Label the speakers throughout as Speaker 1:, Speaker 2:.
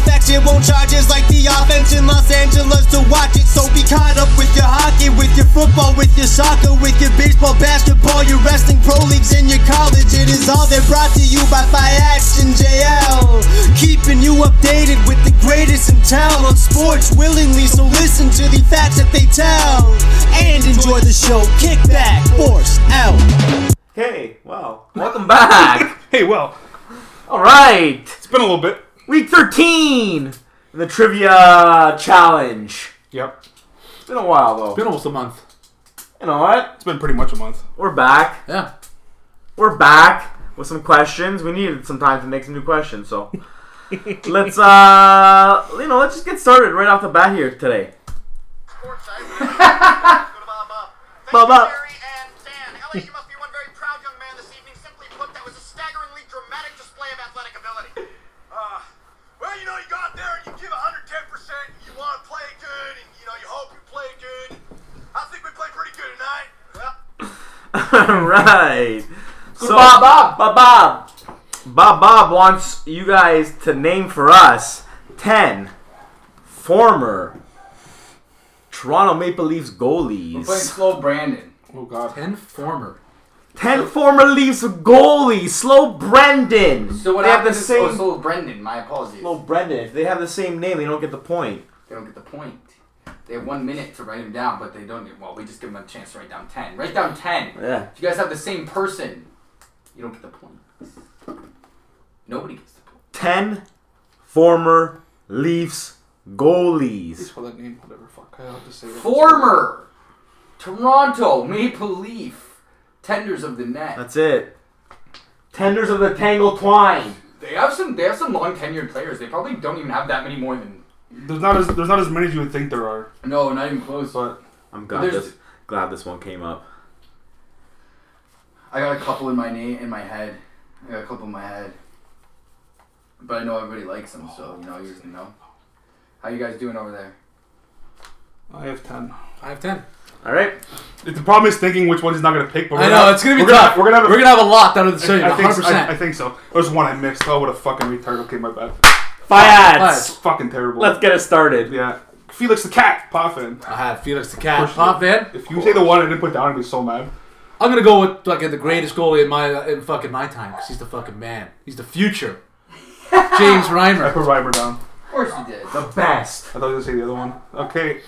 Speaker 1: facts. It won't charge us like the offense in Los Angeles to watch it. So be caught up with your hockey, with your football, with your soccer, with your baseball, basketball, your wrestling, pro leagues, and your college. It is all they're brought to you by Fiats and JL. Keeping you updated with the greatest in town on sports willingly. So listen to the facts that they tell and enjoy the show. Kick back, force out.
Speaker 2: Hey, wow.
Speaker 3: Welcome back.
Speaker 2: Hey, well,
Speaker 3: All right,
Speaker 2: it's been a little bit.
Speaker 3: week thirteen, the trivia challenge.
Speaker 2: Yep.
Speaker 3: It's been a while though.
Speaker 4: Been almost a month.
Speaker 3: You know what?
Speaker 2: It's been pretty much a month.
Speaker 3: We're back.
Speaker 4: Yeah.
Speaker 3: We're back with some questions. We needed some time to make some new questions, so let's uh, you know, let's just get started right off the bat here today.
Speaker 5: Sports side. Go to Bob Bob. Thank
Speaker 3: Bob
Speaker 5: you,
Speaker 3: Bob.
Speaker 5: Jerry and Dan. LA, you must be one very proud young man this evening. Simply put, that was a staggeringly dramatic display of athletic ability. Uh, well, you know, you go out there and you give 110%, and you want to play good, and, you know, you hope you play good. I think we played pretty good tonight. Well,
Speaker 3: All right. So,
Speaker 4: Bob, Bob.
Speaker 3: Bob Bob. Bob Bob wants you guys to name for us 10 former Toronto Maple Leafs goalies.
Speaker 6: slow Brandon.
Speaker 4: Oh god.
Speaker 6: Ten former.
Speaker 3: 10 former Leafs goalies. Slow Brendan.
Speaker 6: So what
Speaker 3: they have
Speaker 6: happened
Speaker 3: the
Speaker 6: is oh,
Speaker 3: same
Speaker 6: slow Brendan, my apologies.
Speaker 3: Slow Brendan. If they have the same name, they don't get the point.
Speaker 6: They don't get the point. They have one minute to write him down, but they don't get well, we just give them a chance to write down ten. Write down ten.
Speaker 3: Yeah.
Speaker 6: If you guys have the same person, you don't get the point. Nobody gets the point.
Speaker 3: 10 former Leafs goalies.
Speaker 4: Spell that name, whatever. Fuck. I have to say it.
Speaker 6: Former Toronto Maple Leaf tenders of the net.
Speaker 3: That's it. Tenders of the Tangle Twine.
Speaker 6: they have some they have some long tenured players. They probably don't even have that many more than
Speaker 2: There's not as there's not as many as you would think there are.
Speaker 6: No, not even close.
Speaker 2: But
Speaker 3: I'm glad
Speaker 6: There's-
Speaker 3: this, glad this one came up.
Speaker 6: I got a couple in my name in my head. I got a couple in my head. But I know everybody likes them, so you know you just know. How you guys doing over there?
Speaker 2: I have ten.
Speaker 4: I have ten.
Speaker 3: All right.
Speaker 2: It's, the problem is thinking which one he's not gonna pick. But we're
Speaker 4: I
Speaker 2: gonna,
Speaker 4: know it's gonna be
Speaker 2: we're
Speaker 4: tough.
Speaker 2: Gonna, we're gonna have. a-
Speaker 4: a lot down to the side.
Speaker 2: I, I, think,
Speaker 4: 100.
Speaker 2: I, I
Speaker 4: percent
Speaker 2: think so. There's one I missed. Oh, what a fucking retard. Okay, my bad.
Speaker 3: Fiats.
Speaker 2: Fucking terrible.
Speaker 3: Let's get it started.
Speaker 2: yeah. Felix the cat. Poffin.
Speaker 4: I had Felix the cat. Pop in.
Speaker 2: If you say the one I didn't put down, I'd be so mad.
Speaker 4: I'm gonna go with like the greatest goalie in my in fucking my time because he's the fucking man. He's the future. James
Speaker 2: I
Speaker 4: Reimer.
Speaker 2: put Reimer down.
Speaker 6: Of course you did.
Speaker 3: The best.
Speaker 2: I thought you were gonna say the other one. Okay.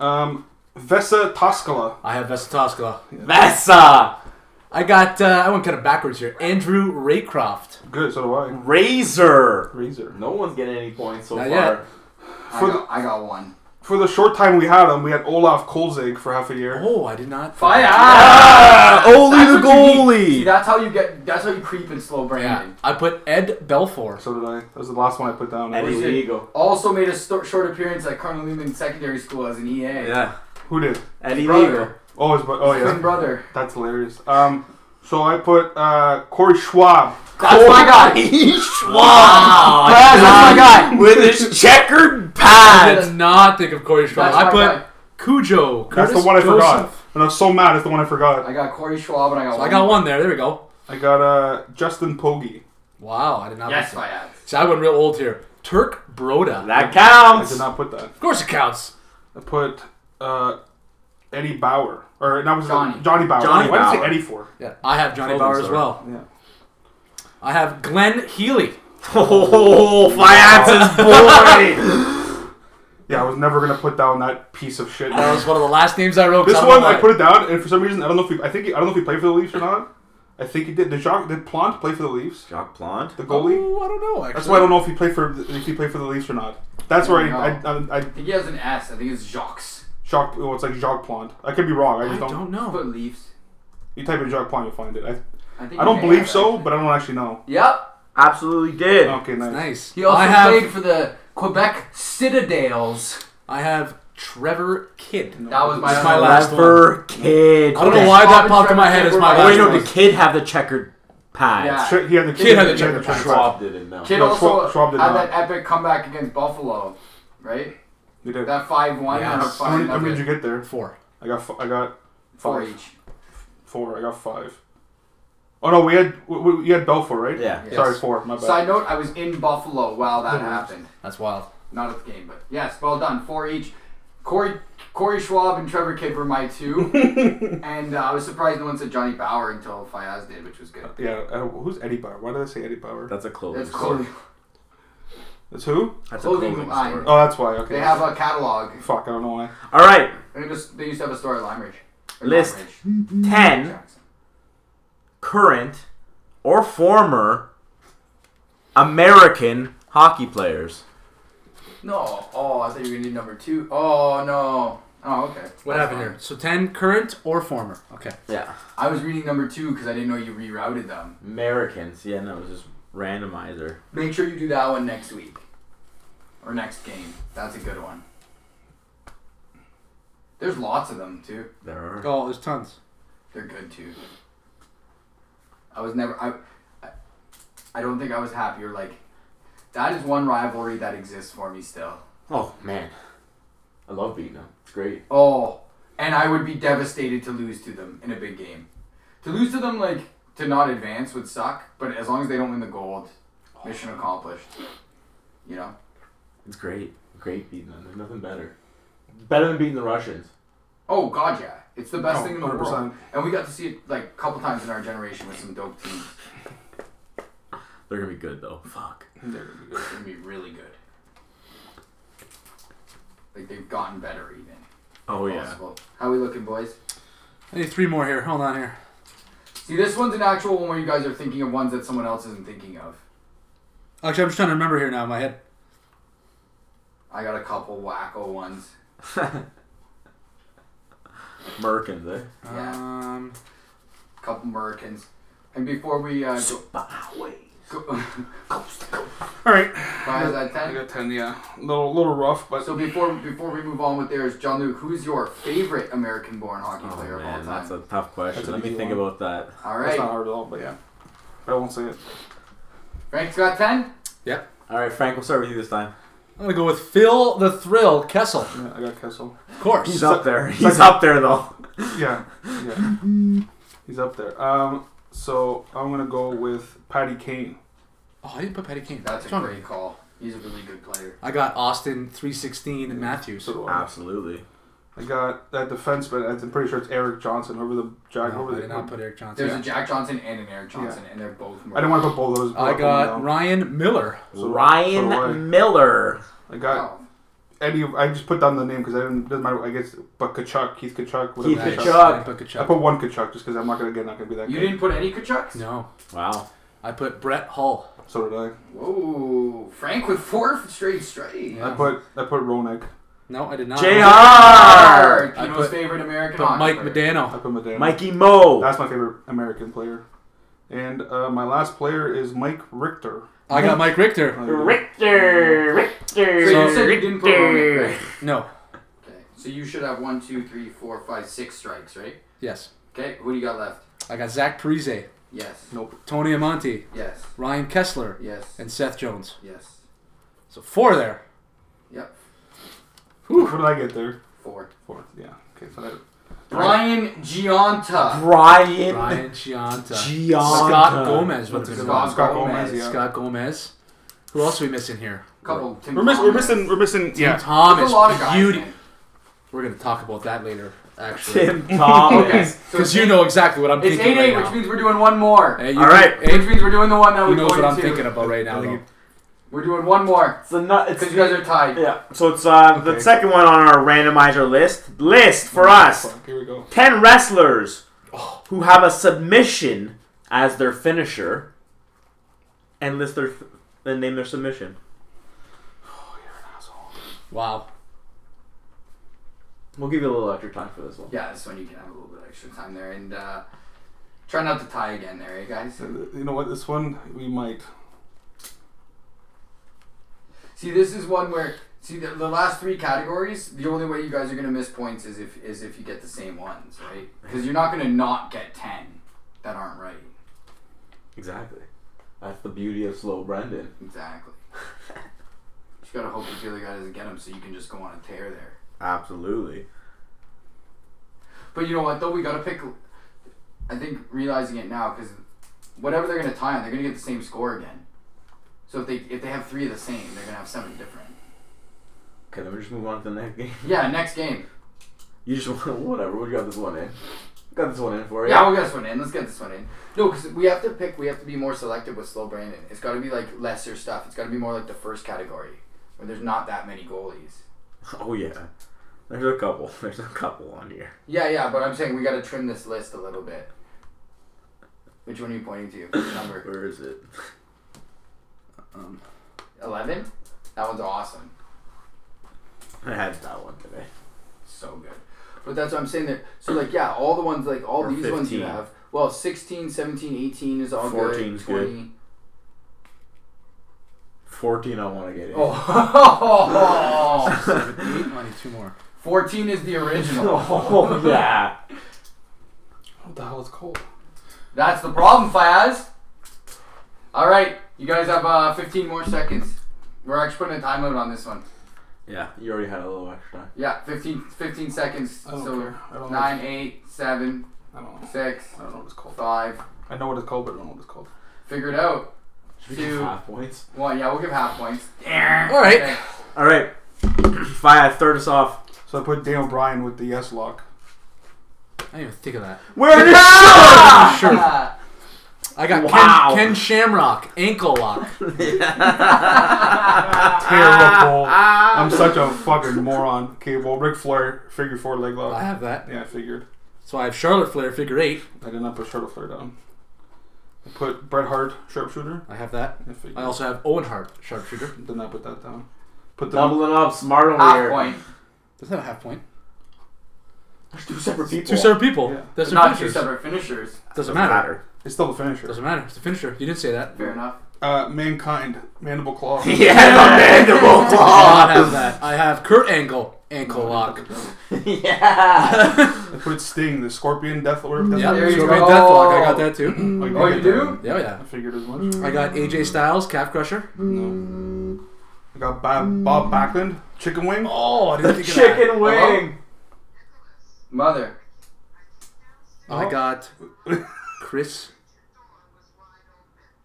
Speaker 2: Um, Vesa Toscala.
Speaker 4: I have Vesatoska.
Speaker 3: Vasa.
Speaker 4: I got. Uh, I went kind of backwards here. Andrew Raycroft.
Speaker 2: Good. So do I.
Speaker 3: Razor.
Speaker 2: Razor.
Speaker 3: No one's getting any points so
Speaker 4: Not
Speaker 3: far.
Speaker 4: yet.
Speaker 6: I
Speaker 2: For
Speaker 6: got, I got one.
Speaker 2: For the short time we had him, we had Olaf Kolzig for half a year.
Speaker 4: Oh, I did not.
Speaker 3: Ah, only
Speaker 6: That's
Speaker 3: the
Speaker 6: what you need.
Speaker 3: goalie.
Speaker 6: See, that's how you get. That's how you creep and slow
Speaker 4: Yeah,
Speaker 6: Brandon.
Speaker 4: I put Ed Belfour.
Speaker 2: So did I. That was the last one I put down.
Speaker 3: Eddie
Speaker 2: Who
Speaker 6: did.
Speaker 3: Legal.
Speaker 6: Also made a sto- short appearance at Carmel Newman Secondary School as an EA.
Speaker 3: Yeah.
Speaker 2: who did?
Speaker 3: Eddie
Speaker 6: Brother.
Speaker 3: Legal.
Speaker 2: Oh, his bro- oh
Speaker 6: Twin
Speaker 2: yeah.
Speaker 6: brother.
Speaker 2: That's hilarious. Um, so I put uh, Corey Schwab.
Speaker 6: That's my guy.
Speaker 3: Wow.
Speaker 6: That's my guy.
Speaker 3: Ah, With his checkered
Speaker 4: I
Speaker 3: pads.
Speaker 4: did not think of Corey Strong.
Speaker 6: That's my
Speaker 4: I put
Speaker 6: guy.
Speaker 4: Cujo.
Speaker 2: That's
Speaker 4: Curtis
Speaker 2: the one I forgot.
Speaker 4: Joseph.
Speaker 2: And I was so mad. It's the one I forgot.
Speaker 6: I got Corey Schwab and I got.
Speaker 4: So
Speaker 6: one.
Speaker 4: I got one there. There we go.
Speaker 2: I got uh, Justin Pogge.
Speaker 4: Wow, I did not.
Speaker 6: Yes,
Speaker 4: put that.
Speaker 6: my ass.
Speaker 4: See, I went real old here. Turk Broda.
Speaker 3: That
Speaker 2: I
Speaker 3: counts.
Speaker 2: did not put that.
Speaker 4: of course it counts.
Speaker 2: I put uh, Eddie Bauer. Or that was
Speaker 6: Johnny.
Speaker 2: Johnny Bauer.
Speaker 3: Johnny
Speaker 2: Why did I
Speaker 3: Bauer.
Speaker 2: say Eddie for?
Speaker 4: Yeah, I have Johnny
Speaker 3: Told
Speaker 4: Bauer
Speaker 3: him
Speaker 4: as
Speaker 3: so.
Speaker 4: well.
Speaker 2: Yeah.
Speaker 4: I have Glenn Healy.
Speaker 3: Oh, Fiats' boy.
Speaker 2: Yeah, I was never gonna put down that piece of shit.
Speaker 4: That was one of the last names I wrote. 'cause
Speaker 2: This
Speaker 4: don't
Speaker 2: one
Speaker 4: know
Speaker 2: I
Speaker 4: why.
Speaker 2: put it down, and for some reason I don't know if he, I think he, I don't know if he played for the Leafs or not. I think he did. Did Jacques did Plant play for the Leafs?
Speaker 3: Jacques Plant.
Speaker 2: The goalie.
Speaker 4: Oh, I don't know. Actually.
Speaker 2: That's why I don't know if he played for the- if he played for the Leafs or not. That's where I, I, I, I,
Speaker 6: I think he has an S. I think it's Jacques.
Speaker 2: Jacques. Well, it's like Jacques Plant. I could be wrong. I
Speaker 4: I
Speaker 2: just don't.
Speaker 4: don't know.
Speaker 6: Put Leafs.
Speaker 2: You type in Jacques Plant, you'll find it. I,
Speaker 6: I, think
Speaker 2: I
Speaker 6: he
Speaker 2: don't
Speaker 6: may
Speaker 2: believe
Speaker 6: have
Speaker 2: so,
Speaker 6: actually.
Speaker 2: but I don't actually know.
Speaker 6: Yep.
Speaker 3: Absolutely did.
Speaker 2: Okay, nice.
Speaker 4: Nice.
Speaker 6: He also
Speaker 4: I have
Speaker 6: played for the Quebec Citadels.
Speaker 4: I have Trevor Kidd.
Speaker 6: That was my,
Speaker 4: That's my last
Speaker 3: Clever kid.
Speaker 4: I don't
Speaker 3: Okay.
Speaker 4: know why that
Speaker 6: Robin
Speaker 4: popped in my
Speaker 6: Trevor
Speaker 4: head
Speaker 6: Kidd
Speaker 4: as
Speaker 6: were
Speaker 4: my
Speaker 6: my
Speaker 3: Wait,
Speaker 4: last
Speaker 3: no,
Speaker 4: name.
Speaker 3: did Kid have the checkered pads.
Speaker 6: Yeah.
Speaker 2: Tri- He had the kid,
Speaker 4: had the
Speaker 2: he
Speaker 4: checker pads.
Speaker 2: pads.
Speaker 3: Schwab didn't know.
Speaker 6: Kid
Speaker 2: No,
Speaker 6: also
Speaker 2: Schwab- Schwab did
Speaker 6: had
Speaker 2: not.
Speaker 6: that epic comeback against Buffalo, right?
Speaker 2: He did.
Speaker 6: That five one
Speaker 4: Yeah.
Speaker 6: and a
Speaker 2: How
Speaker 4: How
Speaker 6: five
Speaker 2: many, how many did you get there?
Speaker 4: Four.
Speaker 2: I got f- I got
Speaker 6: four
Speaker 2: five.
Speaker 6: each.
Speaker 2: Four. I got five. Oh no, we had we, we had Belfour, right?
Speaker 3: Yeah.
Speaker 2: Sorry,
Speaker 4: Yes.
Speaker 2: four. My bad.
Speaker 6: Side note: I was in Buffalo while that
Speaker 2: Yeah.
Speaker 6: happened.
Speaker 4: That's wild.
Speaker 6: Not at the game, but yes, well done. Four each. Corey, Corey Schwab and Trevor Kidd were my two, and uh, I was surprised no one said Johnny Bauer until Fayaz did, which was good.
Speaker 2: Yeah. Uh, who's Eddie Bauer? Why did I say Eddie Bauer?
Speaker 3: That's a clothing
Speaker 6: That's
Speaker 3: store.
Speaker 6: clothing.
Speaker 2: That's who?
Speaker 3: That's a
Speaker 6: clothing
Speaker 3: clothing
Speaker 6: line.
Speaker 3: store.
Speaker 2: Oh, that's why. Okay.
Speaker 6: They have a catalog.
Speaker 2: Fuck, I don't know why.
Speaker 3: All right,
Speaker 6: They just they used to have a store at Lime Ridge. Or
Speaker 3: List.
Speaker 6: Lime Ridge,
Speaker 3: ten
Speaker 6: Jackson.
Speaker 3: current or former American hockey players.
Speaker 6: No. Oh, I thought you were gonna do number two. Oh no. Oh okay.
Speaker 4: What
Speaker 6: That's
Speaker 4: happened
Speaker 6: fine.
Speaker 4: here? So ten current or former? Okay.
Speaker 3: Yeah,
Speaker 6: I was reading number two because I didn't know you rerouted them.
Speaker 3: Americans. Yeah, no, it was just randomizer.
Speaker 6: Make sure you do that one next week or next game. That's a good one. There's lots of them too.
Speaker 3: There are.
Speaker 4: Oh, there's tons.
Speaker 6: They're good too. I was never. I. I- I don't think I was happier. Like, that is one rivalry that exists for me still.
Speaker 3: Oh man, I love beating them. It's great.
Speaker 6: Oh, and I would be devastated to lose to them in a big game. To lose to them, like to not advance, would suck. But as long as they don't win the gold, mission accomplished. You know.
Speaker 3: It's great. Great beating them. There's nothing better. Better than beating the Russians.
Speaker 6: Oh God, yeah, it's the
Speaker 3: Oh,
Speaker 6: best
Speaker 2: No,
Speaker 6: thing in the
Speaker 2: 100%.
Speaker 6: world. And we got to see it like a couple times in our generation with some dope teams.
Speaker 3: They're gonna be good though. Fuck.
Speaker 6: It's gonna be really good. Like they've gotten better even.
Speaker 3: Oh yeah.
Speaker 6: Possible. How we looking, boys?
Speaker 4: I need three more here. Hold on here.
Speaker 6: See, this one's an actual one where you guys are thinking of ones that someone else isn't thinking of.
Speaker 4: Actually, I'm just trying to remember here now in my head.
Speaker 6: I got a couple wacko ones.
Speaker 3: Americans, eh?
Speaker 6: Yeah.
Speaker 4: Um,
Speaker 6: couple Americans. And before we uh, go, go,
Speaker 2: All right.
Speaker 6: guys, I
Speaker 2: I
Speaker 6: ten.
Speaker 2: got ten. Yeah, little little rough, but
Speaker 6: So before before we move on with theirs, John Luke, who's your favorite American-born hockey
Speaker 3: Oh,
Speaker 6: player
Speaker 3: man,
Speaker 6: of all
Speaker 3: that's a
Speaker 6: time?
Speaker 3: tough question.
Speaker 2: That's a
Speaker 3: Let me
Speaker 2: big
Speaker 3: think
Speaker 2: one.
Speaker 3: about that.
Speaker 6: all
Speaker 2: that's not
Speaker 6: right,
Speaker 2: hard at all. But yeah, but I won't say it.
Speaker 6: Frank's got ten.
Speaker 3: All right, Frank, we'll start with you this time.
Speaker 4: I'm gonna go with Phil the Thrill Kessel.
Speaker 2: Yeah, I got Kessel.
Speaker 4: Of course.
Speaker 3: He's up there.
Speaker 2: He's
Speaker 3: He's up there though.
Speaker 2: Yeah, yeah. He's up there. Um, so I'm gonna go with Patty Kane.
Speaker 4: Oh, I didn't put Petty Kane.
Speaker 6: That's a
Speaker 4: John.
Speaker 6: great call. He's a really good player.
Speaker 4: I got Austin three sixteen and Matthews.
Speaker 2: So do I.
Speaker 3: Absolutely.
Speaker 2: I got that defenseman. I'm pretty sure it's Eric Johnson. Whoever the
Speaker 4: No,
Speaker 2: Jack.
Speaker 4: I
Speaker 2: whoever
Speaker 4: did
Speaker 2: the,
Speaker 4: not put Eric Johnson.
Speaker 6: There's a Jack Johnson and an Eric Johnson, and they're both.
Speaker 2: I didn't want to put both of those.
Speaker 4: I
Speaker 2: but,
Speaker 4: got
Speaker 2: you know.
Speaker 4: Ryan Miller.
Speaker 2: So-
Speaker 3: Ryan
Speaker 2: so do I.
Speaker 3: Miller.
Speaker 2: I got
Speaker 6: Wow.
Speaker 2: any. I just put down the name because I didn't. Doesn't matter. I guess. But Kachuk, Keith Kachuk. whatever
Speaker 3: Keith
Speaker 4: Nice.
Speaker 3: Kachuk.
Speaker 4: I didn't put
Speaker 2: I
Speaker 4: Kachuk.
Speaker 2: put one Kachuk just because I'm not gonna get not gonna be that.
Speaker 6: You
Speaker 2: good.
Speaker 6: didn't put any Kachucks?
Speaker 4: No,
Speaker 3: Wow.
Speaker 4: I put Brett Hull.
Speaker 2: So did I.
Speaker 6: Whoa, Frank with four straight straight.
Speaker 2: I put I put Roenick.
Speaker 4: No, I did not.
Speaker 3: Jr.
Speaker 6: Pino's
Speaker 4: put-
Speaker 6: favorite American
Speaker 4: But
Speaker 6: hockey
Speaker 4: Mike
Speaker 6: player.
Speaker 2: I
Speaker 4: Medano.
Speaker 2: put Medina.
Speaker 3: Mikey Mo.
Speaker 2: That's my favorite American player. And uh, my last player is Mike Richter.
Speaker 4: I got Mike Richter.
Speaker 3: Richter. Richter.
Speaker 6: So you said you didn't put Roenick, right?
Speaker 4: No.
Speaker 6: Okay. So you should have one, two, three, four, five, six strikes, right?
Speaker 4: Yes.
Speaker 6: Okay. Who do you got left?
Speaker 4: I got Zach Parise,
Speaker 6: Yes.
Speaker 2: Nope.
Speaker 4: Tony Amonte,
Speaker 6: Yes.
Speaker 4: Ryan Kessler,
Speaker 6: Yes.
Speaker 4: and Seth Jones.
Speaker 6: yes.
Speaker 4: So four there.
Speaker 6: Yep.
Speaker 2: What did I get there?
Speaker 6: Four.
Speaker 2: Fourth. Yeah. Okay. So I,
Speaker 6: Brian Gionta.
Speaker 3: Brian.
Speaker 4: Ryan Gianta.
Speaker 3: Gianta.
Speaker 4: Scott Gomez. What's
Speaker 6: Scott
Speaker 4: his
Speaker 6: Gomez.
Speaker 2: Scott Gomez. Yeah.
Speaker 4: Scott Gomez. Who else are we missing here?
Speaker 6: Couple. Tim
Speaker 2: We're, miss, we're
Speaker 6: Thomas.
Speaker 2: missing. We're missing. Yeah.
Speaker 4: Thomas.
Speaker 6: There's a lot of guys.
Speaker 4: Beauty.
Speaker 6: man.
Speaker 4: We're going to talk about that later, actually.
Speaker 3: Tim Thomas.
Speaker 6: Okay. so
Speaker 4: Because
Speaker 6: it's
Speaker 4: you
Speaker 6: eight-
Speaker 4: know exactly what I'm
Speaker 6: It's
Speaker 4: thinking
Speaker 6: eight
Speaker 4: right
Speaker 6: eight,
Speaker 4: now.
Speaker 6: which means we're doing one more.
Speaker 4: Hey, you-
Speaker 3: All right.
Speaker 4: hey,
Speaker 6: Which means we're doing the one that
Speaker 4: who
Speaker 6: we
Speaker 4: knows
Speaker 6: going
Speaker 4: what I'm
Speaker 6: to.
Speaker 4: thinking about right now,
Speaker 2: I
Speaker 4: though.
Speaker 2: think
Speaker 6: We're doing one more
Speaker 3: It's a nut. It's
Speaker 6: because you guys are tied.
Speaker 3: yeah. So it's uh the
Speaker 2: Okay. Oh,
Speaker 3: second one on our randomizer list. List for us.
Speaker 2: Fuck, Oh. Here we go.
Speaker 3: Ten wrestlers who have a submission as their finisher, and list their then name their submission.
Speaker 4: Wow.
Speaker 3: We'll give you a little extra time for this one.
Speaker 6: Yeah, this one you can have a little bit extra time there and uh, try not to tie again there, eh, guys?
Speaker 2: You know what? This one we might.
Speaker 6: See, this is one where see the, the last three categories. The only way you guys are gonna miss points is if is if you get the same ones, right? Because you're not gonna not get ten that aren't right.
Speaker 3: Exactly. That's the beauty of slow Brendan.
Speaker 6: Exactly. you gotta hope that the other guy doesn't get him so you can just go on a tear there.
Speaker 3: Absolutely.
Speaker 6: But you know what though, we gotta pick. I think realizing it now because whatever they're gonna tie on, they're gonna get the same score again. So if they if they have three of the same, they're gonna have seven different.
Speaker 3: Okay, then we just move on to the next game.
Speaker 6: Yeah, next game.
Speaker 3: You just whatever. We got this one in. Got this one in for you.
Speaker 6: Yeah, we'll get this one in. Let's get this one in. No, because we have to pick. We have to be more selective with slow Brandon. It's got to be like lesser stuff. It's got to be more like the first category where there's not that many goalies.
Speaker 3: Oh yeah. There's a couple. There's a couple on here.
Speaker 6: Yeah, yeah, but I'm saying we got to trim this list a little bit. Which one are you pointing to? Which number
Speaker 3: Where is it?
Speaker 6: eleven. That one's awesome.
Speaker 3: I had that one today.
Speaker 6: so good. But that's what I'm saying. That so like yeah, all the ones like all
Speaker 3: Or
Speaker 6: these ones you
Speaker 3: 15.
Speaker 6: have. Well, 16, 17, 18 is all
Speaker 3: 14
Speaker 6: good.
Speaker 3: is good. Fourteen. I want to get in.
Speaker 6: Oh.
Speaker 4: I need two more.
Speaker 6: 14 is the original.
Speaker 3: Oh, yeah.
Speaker 2: What the hell is cold?
Speaker 6: That's the problem, Faz. All right, you guys have uh, 15 more seconds. We're actually putting a time limit on this one.
Speaker 3: Yeah. You already had a little extra.
Speaker 6: Yeah, 15, 15 seconds.
Speaker 2: I don't
Speaker 6: So
Speaker 2: care. I don't
Speaker 6: nine, eight, seven,
Speaker 2: I don't know.
Speaker 6: six,
Speaker 2: I don't know what it's called.
Speaker 6: five.
Speaker 2: I know what it's called, but I don't know what it's called.
Speaker 6: Figure it out.
Speaker 3: Should we get
Speaker 6: Two.
Speaker 3: half points?
Speaker 6: One. Yeah, we'll give half points.
Speaker 4: All right.
Speaker 6: Okay.
Speaker 3: All right. Fire. Third us off.
Speaker 2: So I put Daniel Bryan with the yes lock.
Speaker 4: I didn't even think of that.
Speaker 3: Where it is?
Speaker 4: Sure.
Speaker 6: Ah,
Speaker 4: I got
Speaker 3: Wow.
Speaker 4: Ken, Ken Shamrock, ankle lock.
Speaker 2: Terrible. I'm such a fucking moron. Okay, well, Ric Flair, figure four leg
Speaker 4: I
Speaker 2: lock.
Speaker 4: have that.
Speaker 2: Yeah, I figured.
Speaker 4: So I have Charlotte Flair, figure eight.
Speaker 2: I did not put Charlotte Flair down. I put Bret Hart, sharpshooter.
Speaker 4: I have that.
Speaker 2: I figured.
Speaker 4: I also have Owen Hart, sharpshooter.
Speaker 2: did not put that down. Put the
Speaker 3: Doubling up. Smart over
Speaker 6: half
Speaker 3: here.
Speaker 6: point.
Speaker 4: Does that have a half point?
Speaker 3: There's two separate people.
Speaker 4: Two separate people.
Speaker 2: Yeah.
Speaker 4: That's a
Speaker 6: Not two
Speaker 4: finishers.
Speaker 6: separate finishers.
Speaker 4: Doesn't
Speaker 3: Doesn't
Speaker 4: matter.
Speaker 3: matter.
Speaker 2: It's still the finisher.
Speaker 4: Doesn't matter. It's the finisher. You didn't say that.
Speaker 6: Fair enough.
Speaker 2: Uh, Mankind, mandible claw.
Speaker 3: Yeah, the mandible
Speaker 4: I
Speaker 3: claw.
Speaker 4: have that. I have Kurt Angle, ankle lock.
Speaker 3: yeah.
Speaker 2: I put Sting, the scorpion death lord.
Speaker 4: Yeah,
Speaker 6: There you
Speaker 4: Scorpion
Speaker 6: go.
Speaker 4: Death Lock. I got that too.
Speaker 6: Oh, you do?
Speaker 4: yeah, yeah.
Speaker 2: I figured as much.
Speaker 4: I got AJ Styles, calf crusher.
Speaker 2: No. I got Bob, Bob Backlund, chicken wing.
Speaker 4: Oh, I didn't think of that.
Speaker 3: Chicken wing.
Speaker 6: Mother.
Speaker 4: I got Chris.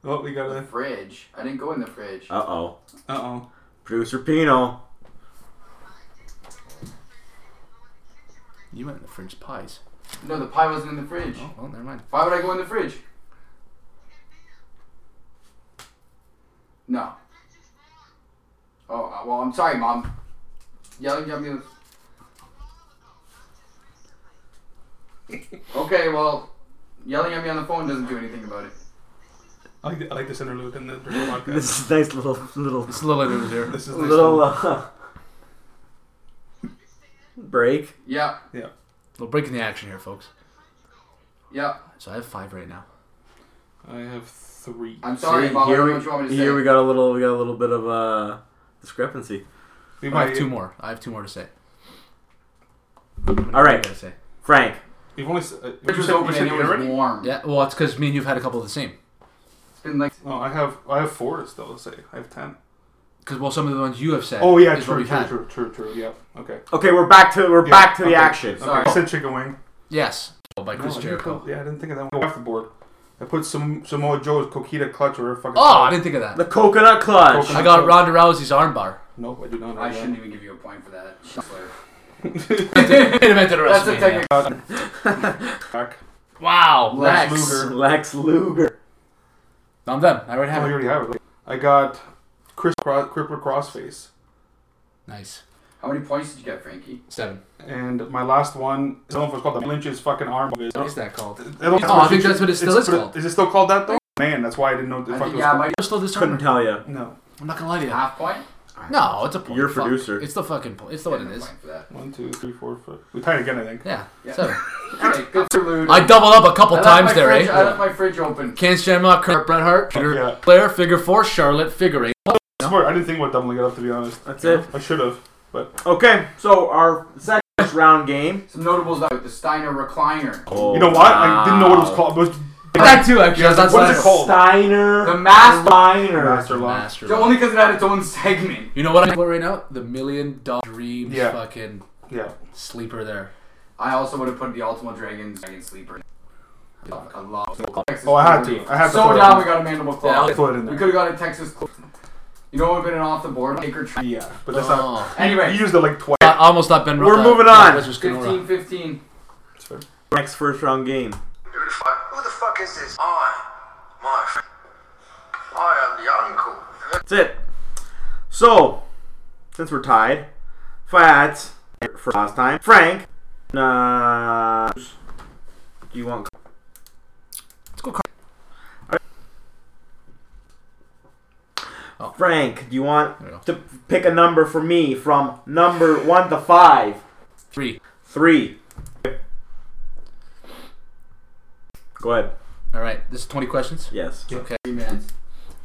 Speaker 2: Oh, we got a.
Speaker 6: Fridge. I didn't go in the fridge.
Speaker 3: Uh oh.
Speaker 2: Uh oh.
Speaker 3: Producer Pino.
Speaker 4: You went in the French pies.
Speaker 6: No, the pie wasn't in the fridge.
Speaker 2: Oh.
Speaker 4: well, never mind.
Speaker 6: Why would I go in the fridge? No. Oh, uh, well, I'm sorry, Mom. Yelling at me. Okay, well, yelling at me on the phone doesn't do anything about it.
Speaker 2: I like, I like this interlude in the during the podcast.
Speaker 3: This is nice little little
Speaker 4: It's Lil Uzi here.
Speaker 2: This is nice
Speaker 3: little uh, break.
Speaker 6: Yeah,
Speaker 4: We're breaking the action here, folks.
Speaker 6: yeah.
Speaker 4: So I have five right now.
Speaker 2: I have three.
Speaker 6: I'm sorry, Mom. I
Speaker 3: here
Speaker 6: don't
Speaker 3: we,
Speaker 6: know what you want me to say.
Speaker 3: here we got a little we got a little bit of uh, discrepancy.
Speaker 2: We
Speaker 4: I
Speaker 2: might
Speaker 4: have two more. I have two more to say.
Speaker 3: All
Speaker 4: I
Speaker 3: right,
Speaker 4: gotta say.
Speaker 3: Frank.
Speaker 2: You've only. s- Uh,
Speaker 6: It
Speaker 2: you
Speaker 6: was
Speaker 2: said, you
Speaker 6: open
Speaker 2: said
Speaker 6: and it
Speaker 2: the
Speaker 6: was
Speaker 2: interlude?
Speaker 6: warm.
Speaker 4: Yeah, well, it's because me and you've had a couple of the same.
Speaker 6: It's been like
Speaker 2: No, Oh, I have I have four still. Say I have ten.
Speaker 4: Because well, some of the ones you have said.
Speaker 2: Oh yeah,
Speaker 4: is
Speaker 2: true,
Speaker 4: what we've
Speaker 2: true,
Speaker 4: had.
Speaker 2: true, true, true. Yeah. Okay.
Speaker 3: Okay, we're back to we're
Speaker 2: Yeah,
Speaker 3: back to
Speaker 2: okay.
Speaker 3: the action.
Speaker 2: Okay.
Speaker 6: Sorry.
Speaker 2: I said chicken wing.
Speaker 4: Yes. Oh, by
Speaker 2: No,
Speaker 4: Chris
Speaker 2: I didn't
Speaker 4: Jericho.
Speaker 2: put- yeah, I didn't think of that one. Go off the board. I put some Samoa Joe's Coquita clutch or whatever.
Speaker 4: Oh, I didn't think of that.
Speaker 3: The coconut clutch.
Speaker 2: Coconut.
Speaker 4: I got Ronda Rousey's armbar.
Speaker 2: Nope, I do not. Know
Speaker 6: I
Speaker 2: that.
Speaker 6: shouldn't even give you a point for that.
Speaker 4: Main event at
Speaker 6: That's a
Speaker 4: WrestleMania.
Speaker 6: technical.
Speaker 2: Back.
Speaker 4: Wow,
Speaker 6: Lex
Speaker 4: Lex.
Speaker 2: Luger.
Speaker 3: Lex Luger.
Speaker 4: I'm done. I already
Speaker 2: Oh,
Speaker 4: have
Speaker 2: you
Speaker 4: it.
Speaker 2: already have it. I got Chris Cro- Crippler Crossface,
Speaker 4: Nice.
Speaker 6: How many points did you get, Frankie?
Speaker 4: Seven.
Speaker 2: and my last one is almost called the Lynch's fucking arm. It
Speaker 4: What is
Speaker 2: don't-
Speaker 4: that called?
Speaker 2: don't-
Speaker 4: Oh, I think that's what it still
Speaker 2: it's-
Speaker 4: is called.
Speaker 2: Is it still called that though? Man, that's why I didn't know what the
Speaker 6: I
Speaker 2: fuck
Speaker 6: think,
Speaker 2: it was
Speaker 6: yeah,
Speaker 2: called.
Speaker 6: my
Speaker 4: Let's slow this
Speaker 3: Couldn't
Speaker 4: down.
Speaker 3: tell you.
Speaker 2: No.
Speaker 4: I'm not gonna lie to you.
Speaker 6: half point.
Speaker 4: No, it's a point.
Speaker 3: Your
Speaker 4: Fuck.
Speaker 3: producer.
Speaker 4: It's the fucking point. It's the what it
Speaker 6: Give me a
Speaker 4: is.
Speaker 6: point for that.
Speaker 2: One, two, three, four, five. We tied again, I think.
Speaker 4: Yeah.
Speaker 6: Yeah.
Speaker 4: Seven.
Speaker 6: Okay, good interlude.
Speaker 4: I doubled up a couple
Speaker 6: I left
Speaker 4: times
Speaker 6: my
Speaker 4: there,
Speaker 6: fridge, I
Speaker 4: eh?
Speaker 6: left my fridge open.
Speaker 4: Ken Shamrock, Kurt Bret Hart, Peter
Speaker 2: Yeah.
Speaker 4: Flair, figure four, Charlotte, figure eight.
Speaker 2: I swear, I didn't think about doubling it up to be honest.
Speaker 3: That's it.
Speaker 2: I should have.
Speaker 3: Okay, so our second round game.
Speaker 6: Some notables out the Steiner recliner.
Speaker 3: Oh,
Speaker 2: You know what? I didn't know what it was called. It was
Speaker 4: That too, actually.
Speaker 6: Yeah,
Speaker 4: that's
Speaker 6: what's
Speaker 4: that's-
Speaker 6: it called?
Speaker 3: Steiner.
Speaker 6: The Master-
Speaker 3: Steiner.
Speaker 2: Master Lock.
Speaker 4: Master.
Speaker 6: So only because it had its own segment.
Speaker 4: You know what I want right now? The million dollar dreams
Speaker 2: Yeah.
Speaker 4: fucking
Speaker 2: Yeah.
Speaker 4: sleeper there.
Speaker 6: I also would have put the Ultimate Dragon Dragon Sleeper. I love Texas
Speaker 2: Oh, I had
Speaker 6: Clover.
Speaker 2: to. I had to
Speaker 6: So
Speaker 2: put it
Speaker 6: down
Speaker 2: in.
Speaker 6: we got Amanda
Speaker 4: Yeah,
Speaker 6: McCall.
Speaker 4: I'll-
Speaker 2: Put it in
Speaker 6: we
Speaker 2: there.
Speaker 6: could have got a Texas Clover. You know what would have been off the board? Acre Track.
Speaker 2: Yeah, but that's not.
Speaker 4: Oh.
Speaker 6: Anyway,
Speaker 2: You used it like twice.
Speaker 4: I almost thought Ben.
Speaker 3: We're
Speaker 4: Rutt-
Speaker 3: moving
Speaker 4: uh,
Speaker 3: on.
Speaker 4: was just gonna
Speaker 6: 15
Speaker 4: run.
Speaker 6: 15.
Speaker 3: Next first round game.
Speaker 5: Who the fuck? Who the fuck is this? I, my friend. I am the uncle.
Speaker 3: That's it. So, since we're tied, Fats for last time. Frank. Uh, do you want?
Speaker 4: Let's go. Car-
Speaker 3: Frank, do you want
Speaker 4: There you
Speaker 3: to pick a number for me from number one to five?
Speaker 4: Three.
Speaker 3: Three. Go ahead.
Speaker 4: All right. This is 20 questions.
Speaker 3: Yes.
Speaker 6: Three minutes.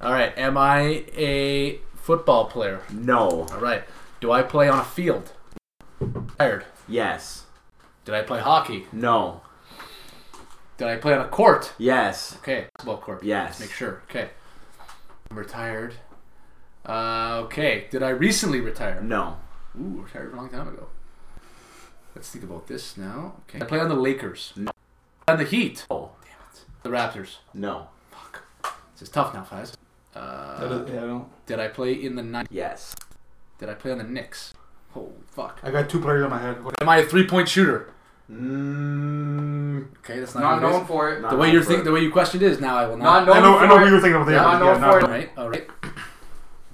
Speaker 4: All right. Am I a football player?
Speaker 3: No.
Speaker 4: All right. Do I play on a field? Tired.
Speaker 3: Yes.
Speaker 4: Did I play hockey?
Speaker 3: No.
Speaker 4: Did I play on a court?
Speaker 3: Yes.
Speaker 4: Okay. Basketball court.
Speaker 3: Yes.
Speaker 4: Make sure. Okay. I'm retired. Uh, okay. Did I recently retire?
Speaker 3: No.
Speaker 4: Ooh, retired a long time ago. Let's think about this now. Okay. I play on the Lakers.
Speaker 3: No.
Speaker 4: On the Heat.
Speaker 3: Oh.
Speaker 4: The Raptors.
Speaker 3: No.
Speaker 4: This is tough now, Faz. Uh,
Speaker 2: yeah, I don't.
Speaker 4: did I play in the night?
Speaker 3: Yes.
Speaker 4: Did I play on the Knicks? Holy fuck.
Speaker 2: I got two players on my head.
Speaker 4: Am I a three point shooter?
Speaker 3: Mm,
Speaker 4: Okay, that's
Speaker 6: Not
Speaker 4: not, who it is.
Speaker 6: known for it.
Speaker 3: not
Speaker 4: The way you're think,
Speaker 3: for
Speaker 4: the
Speaker 3: it.
Speaker 4: way you questioned it is now I will
Speaker 6: Not
Speaker 4: not.
Speaker 6: known
Speaker 2: I know.
Speaker 6: for
Speaker 2: I know
Speaker 6: it.
Speaker 2: we were thinking of the
Speaker 6: Yeah,
Speaker 2: other-
Speaker 6: I know for
Speaker 4: All
Speaker 2: no.
Speaker 6: it.
Speaker 4: right, all right.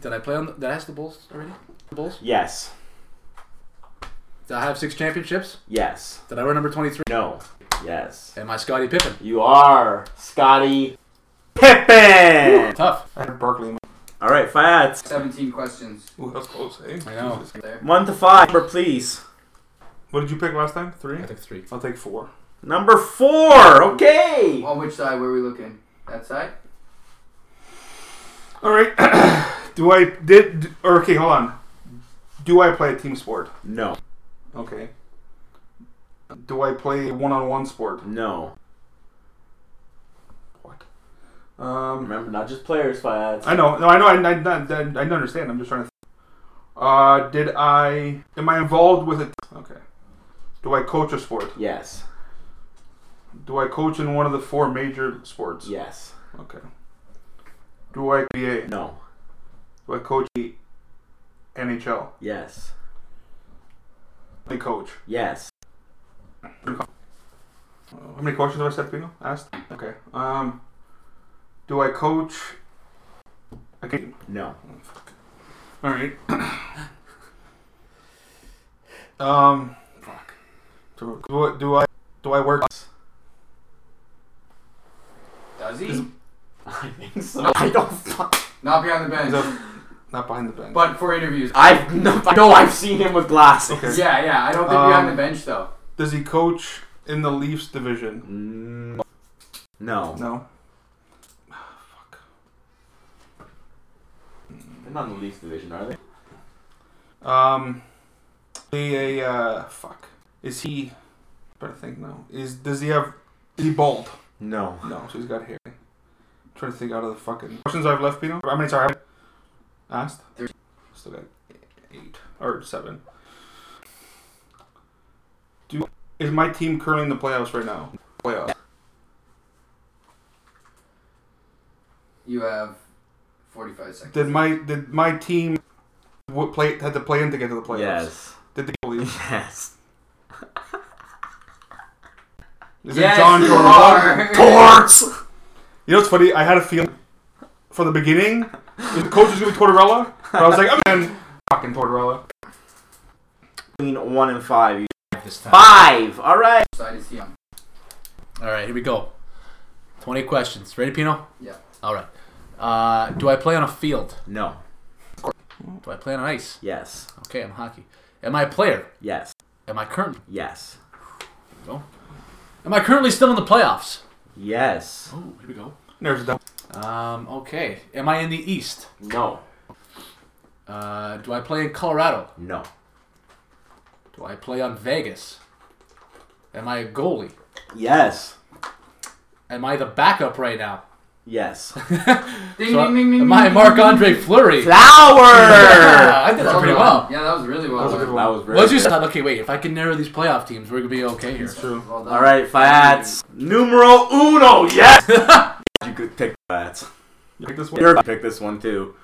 Speaker 4: Did I play on? The, did I ask the Bulls already? The Bulls.
Speaker 3: Yes.
Speaker 4: Did I have six championships?
Speaker 3: Yes.
Speaker 4: Did I wear number twenty three?
Speaker 3: No. Yes.
Speaker 4: Am I Scottie Pippen?
Speaker 3: You are Scotty Pippen.
Speaker 4: Tough.
Speaker 2: I had Barkley. in my-
Speaker 3: All right, Fats.
Speaker 6: 17 questions.
Speaker 2: Ooh, that's close, eh?
Speaker 4: I know.
Speaker 2: Jesus.
Speaker 6: There.
Speaker 3: One to five, number please.
Speaker 2: What did you pick last time? Three.
Speaker 4: I took three.
Speaker 2: I'll take four.
Speaker 3: Number four. Okay.
Speaker 6: On which side were we looking? That side?
Speaker 2: All right. do I did? d- Or okay, hold on. Do I play a team sport?
Speaker 3: No.
Speaker 2: Okay. Do I play a one-on-one sport?
Speaker 3: No.
Speaker 2: What? Um,
Speaker 3: Remember, not just players, Fats.
Speaker 2: I know. No, I know. I, I, I, I don't understand. I'm just trying to. Think. Uh, did I? Am I involved with it? Okay. Do I coach a sport?
Speaker 3: Yes.
Speaker 2: Do I coach in one of the four major sports?
Speaker 3: Yes.
Speaker 2: Okay. Do I NBA?
Speaker 3: No.
Speaker 2: Do I coach the NHL?
Speaker 3: Yes.
Speaker 2: The coach.
Speaker 3: Yes.
Speaker 2: Uh, How many questions have I said, Pino? Asked? Okay. Um, do I coach? Okay.
Speaker 3: No.
Speaker 2: All right. um, fuck. Do, do, I- do I do I work?
Speaker 6: Does he?
Speaker 3: I think so. I don't. fu-
Speaker 6: Not behind the bench.
Speaker 2: No. Not behind the bench.
Speaker 6: But for interviews.
Speaker 3: I've no. I know I've seen him with glasses.
Speaker 2: Okay.
Speaker 6: Yeah, yeah. I don't think
Speaker 2: Um,
Speaker 6: behind the bench, though.
Speaker 2: Does he coach in the Leafs division?
Speaker 3: Mm, no.
Speaker 2: No.
Speaker 3: They're not in the Leafs division, are they?
Speaker 2: Um, they a uh, fuck. Is he? Better think now. Is does he have? Is he bald?
Speaker 3: No.
Speaker 2: No, so he's got hair. I'm trying to think out of the fucking questions I've left, Pino. How many sorry, how many asked?
Speaker 6: Three.
Speaker 2: Still got eight or seven. Do is my team currently in the playoffs right now? Playoffs.
Speaker 6: You have 45 seconds.
Speaker 2: Did my did my team w- play had to play in to get to the playoffs?
Speaker 3: Yes.
Speaker 2: Did they believe?
Speaker 3: Yes.
Speaker 2: Is
Speaker 6: Yes,
Speaker 2: it John
Speaker 6: you
Speaker 2: Jordan?
Speaker 6: are.
Speaker 3: Torts.
Speaker 2: You know what's funny? I had a feeling from the beginning the coach was going to be Tortorella, but I was like, I'm in fucking Tortorella.
Speaker 3: Between one and five. you-
Speaker 4: This time.
Speaker 3: Five. All right.
Speaker 6: side is he on?
Speaker 4: All right, here we go. 20 questions. Ready, Pino?
Speaker 6: Yeah.
Speaker 4: All right. Uh, do I play on a field?
Speaker 3: No.
Speaker 4: Do I play on ice?
Speaker 3: Yes.
Speaker 4: Okay, I'm hockey. Am I a player?
Speaker 3: Yes.
Speaker 4: Am I currently?
Speaker 3: Yes.
Speaker 4: Am I currently still in the playoffs?
Speaker 3: Yes.
Speaker 4: Oh, here we go.
Speaker 2: There's the
Speaker 4: Um, okay. Am I in the East?
Speaker 3: No.
Speaker 4: Uh, do I play in Colorado?
Speaker 3: No.
Speaker 4: Do I play on Vegas? Am I a goalie?
Speaker 3: Yes.
Speaker 4: Am I the backup right now?
Speaker 3: Yes.
Speaker 6: Ding,
Speaker 4: So,
Speaker 6: ding, ding, ding,
Speaker 4: am
Speaker 6: ding,
Speaker 4: I
Speaker 6: ding,
Speaker 4: Marc
Speaker 6: ding,
Speaker 4: Andre
Speaker 6: ding.
Speaker 4: Fleury?
Speaker 3: Flower.
Speaker 4: I did that
Speaker 6: was
Speaker 4: pretty
Speaker 6: good.
Speaker 4: well.
Speaker 6: Yeah, that was really well.
Speaker 2: was a good
Speaker 3: That was very
Speaker 4: Let's
Speaker 3: good.
Speaker 4: just uh, okay. Wait, if I can narrow these playoff teams, we're gonna be okay here.
Speaker 2: True.
Speaker 6: Well done.
Speaker 3: All right, Fats. Numero uno. Yes. you could pick Fats.
Speaker 2: You pick this one.
Speaker 3: You're pick this one too.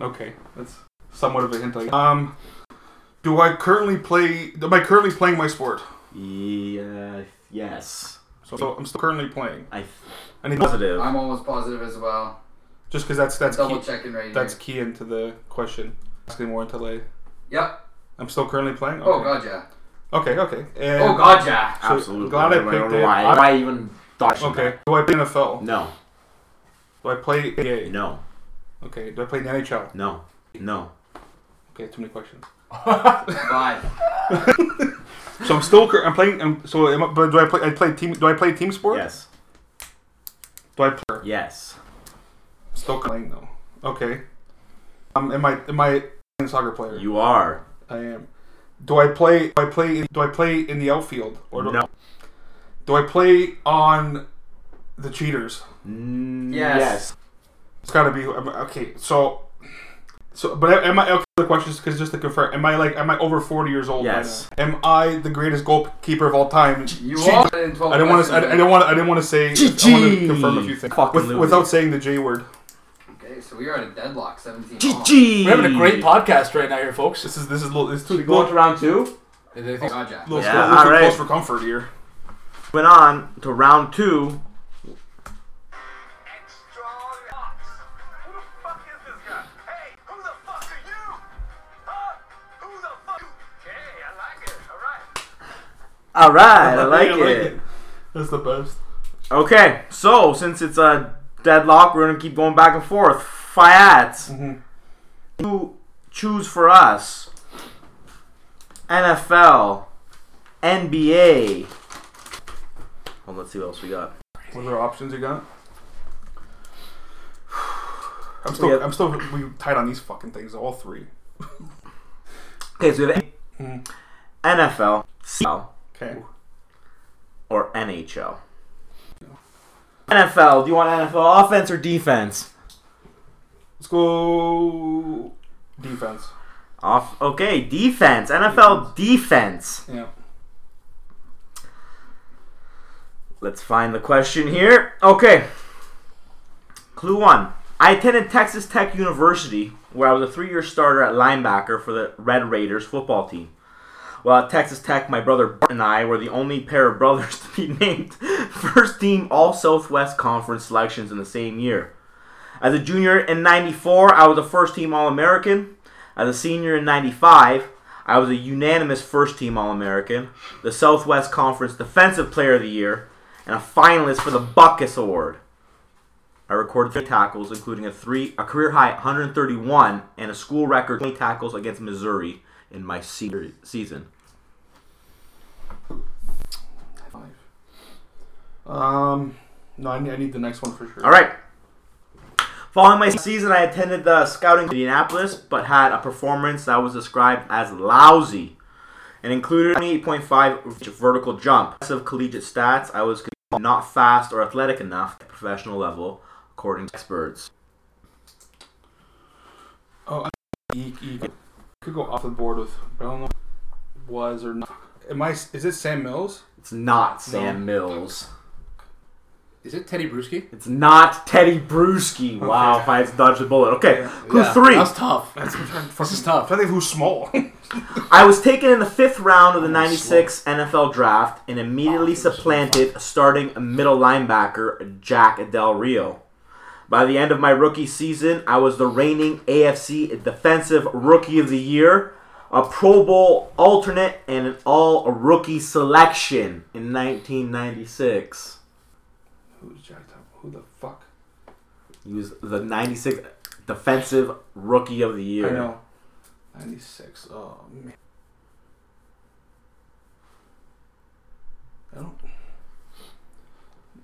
Speaker 2: Okay, that's somewhat of a hint. I guess. Um, do I currently play? Am I currently playing my sport?
Speaker 3: Yeah. Yes.
Speaker 2: So, so I'm still currently playing.
Speaker 3: I.
Speaker 2: I need
Speaker 3: Positive.
Speaker 6: I'm almost positive as well.
Speaker 2: just because that's that's
Speaker 6: Double
Speaker 2: key,
Speaker 6: checking right
Speaker 2: that's
Speaker 6: here.
Speaker 2: key into the question. Asking more until I.
Speaker 6: Yep.
Speaker 2: I'm still currently playing. Okay.
Speaker 6: Oh god, yeah.
Speaker 2: Okay. Okay. And
Speaker 6: Oh god, yeah.
Speaker 2: so
Speaker 3: Absolutely.
Speaker 2: glad I
Speaker 3: don't
Speaker 2: picked
Speaker 3: know
Speaker 2: it.
Speaker 3: Why,
Speaker 2: I-
Speaker 3: why I even thought? about
Speaker 2: Okay.
Speaker 3: it.
Speaker 2: Do I play NFL?
Speaker 3: No.
Speaker 2: Do I play NBA?
Speaker 3: No.
Speaker 2: Okay. Do I play in the NHL?
Speaker 3: No. No.
Speaker 2: Okay. Too many questions.
Speaker 6: Five.
Speaker 2: So I'm still. cur- I'm playing. I'm, so am I, but do I play? I play team. Do I play team sport?
Speaker 3: Yes.
Speaker 2: Do I play?
Speaker 3: Yes.
Speaker 2: Still playing though. Okay. Um. Am I? Am I a soccer player?
Speaker 3: You are.
Speaker 2: I am. Do I play? Do I play? In, do I play in the outfield? Or do,
Speaker 3: No.
Speaker 2: do I play on the cheaters?
Speaker 3: Mm,
Speaker 6: Yes.
Speaker 2: It's got to be am I- okay. So, so but am I? Okay, the question is because just to confirm, am I like am I over forty years old? right
Speaker 3: Yes.
Speaker 2: now? Am I the greatest goalkeeper of all time?
Speaker 6: You
Speaker 2: Cheat-
Speaker 6: are in 12
Speaker 2: I don't want to. I,
Speaker 6: questions,
Speaker 2: I don't want. I didn't want to say. I want to
Speaker 3: GG.
Speaker 2: confirm a few things
Speaker 3: Fucking
Speaker 2: With,
Speaker 3: Louis.
Speaker 2: without saying the J word.
Speaker 6: Okay, so we are at a deadlock. Oh, 17. all.
Speaker 3: GG.
Speaker 4: We're having a great podcast right now here, folks.
Speaker 2: This is this is little. It's too
Speaker 3: Going
Speaker 2: little,
Speaker 3: to round two.
Speaker 4: And I
Speaker 6: Oh
Speaker 4: think-
Speaker 6: god, yeah.
Speaker 2: little,
Speaker 3: Yeah,
Speaker 2: little too
Speaker 3: alright.
Speaker 2: close for comfort here.
Speaker 3: Went on to round two.
Speaker 5: Strong ox. Who the fuck is this guy? Hey, who the fuck are you? Huh? Who the fuck? Okay, I like it. All right.
Speaker 3: All right, I like,
Speaker 2: I
Speaker 3: it.
Speaker 2: That's the best.
Speaker 3: Okay, so since it's a deadlock, we're gonna keep going back and forth. Fiats, you choose for us NFL, NBA. Well, let's see what else we got.
Speaker 2: What other options you got? I'm still,
Speaker 3: We have-
Speaker 2: I'm still, we tied on these fucking things, all three.
Speaker 3: Okay, so we have NFL, CL,
Speaker 2: Okay.
Speaker 3: or NHL. NFL. Do you want NFL offense or defense?
Speaker 2: Let's go defense.
Speaker 3: Off. Okay, defense. NFL defense.
Speaker 2: Yeah.
Speaker 3: Let's find the question here. Okay. Clue one. I attended Texas Tech University, where I was a three year starter at linebacker for the Red Raiders football team. While at Texas Tech, my brother Bart and I were the only pair of brothers to be named first team All Southwest Conference selections in the same year. As a junior in 94, I was a first team All American. As a senior in 95, I was a unanimous first team All American, the Southwest Conference Defensive Player of the Year, and a finalist for the Buckus Award. I recorded three tackles, including a three a career high 131 and a school record 20 tackles against Missouri in my senior season.
Speaker 2: Um, no, I need, I need the next one for sure.
Speaker 3: All right. Following my season, I attended the scouting in Indianapolis, but had a performance that was described as lousy and included a 28.5 vertical jump. As of collegiate stats, I was not fast or athletic enough at professional level, according to experts.
Speaker 2: E, e, could go off the board with, but I don't know if it was or not. Am I? Is it Sam Mills?
Speaker 3: It's not Sam Mills.
Speaker 4: is it Teddy Bruschi?
Speaker 3: It's not Teddy Bruschi. Wow, if I had to dodge the bullet. Okay, clue
Speaker 4: Yeah,
Speaker 3: three.
Speaker 4: That's tough.
Speaker 2: That's I'm trying to
Speaker 4: This is
Speaker 2: fucking. I'm
Speaker 4: tough.
Speaker 2: trying to think who's small.
Speaker 3: I was taken in the fifth round of the 96 NFL draft and immediately supplanted starting middle linebacker Jack Del Rio. By the end of my rookie season, I was the reigning AFC Defensive Rookie of the Year, a Pro Bowl alternate, and an all rookie selection in 1996.
Speaker 2: who's jacked up? Who the fuck?
Speaker 3: He was the 96 Defensive Rookie of the Year.
Speaker 2: I know. Ninety six. Oh man. I don't.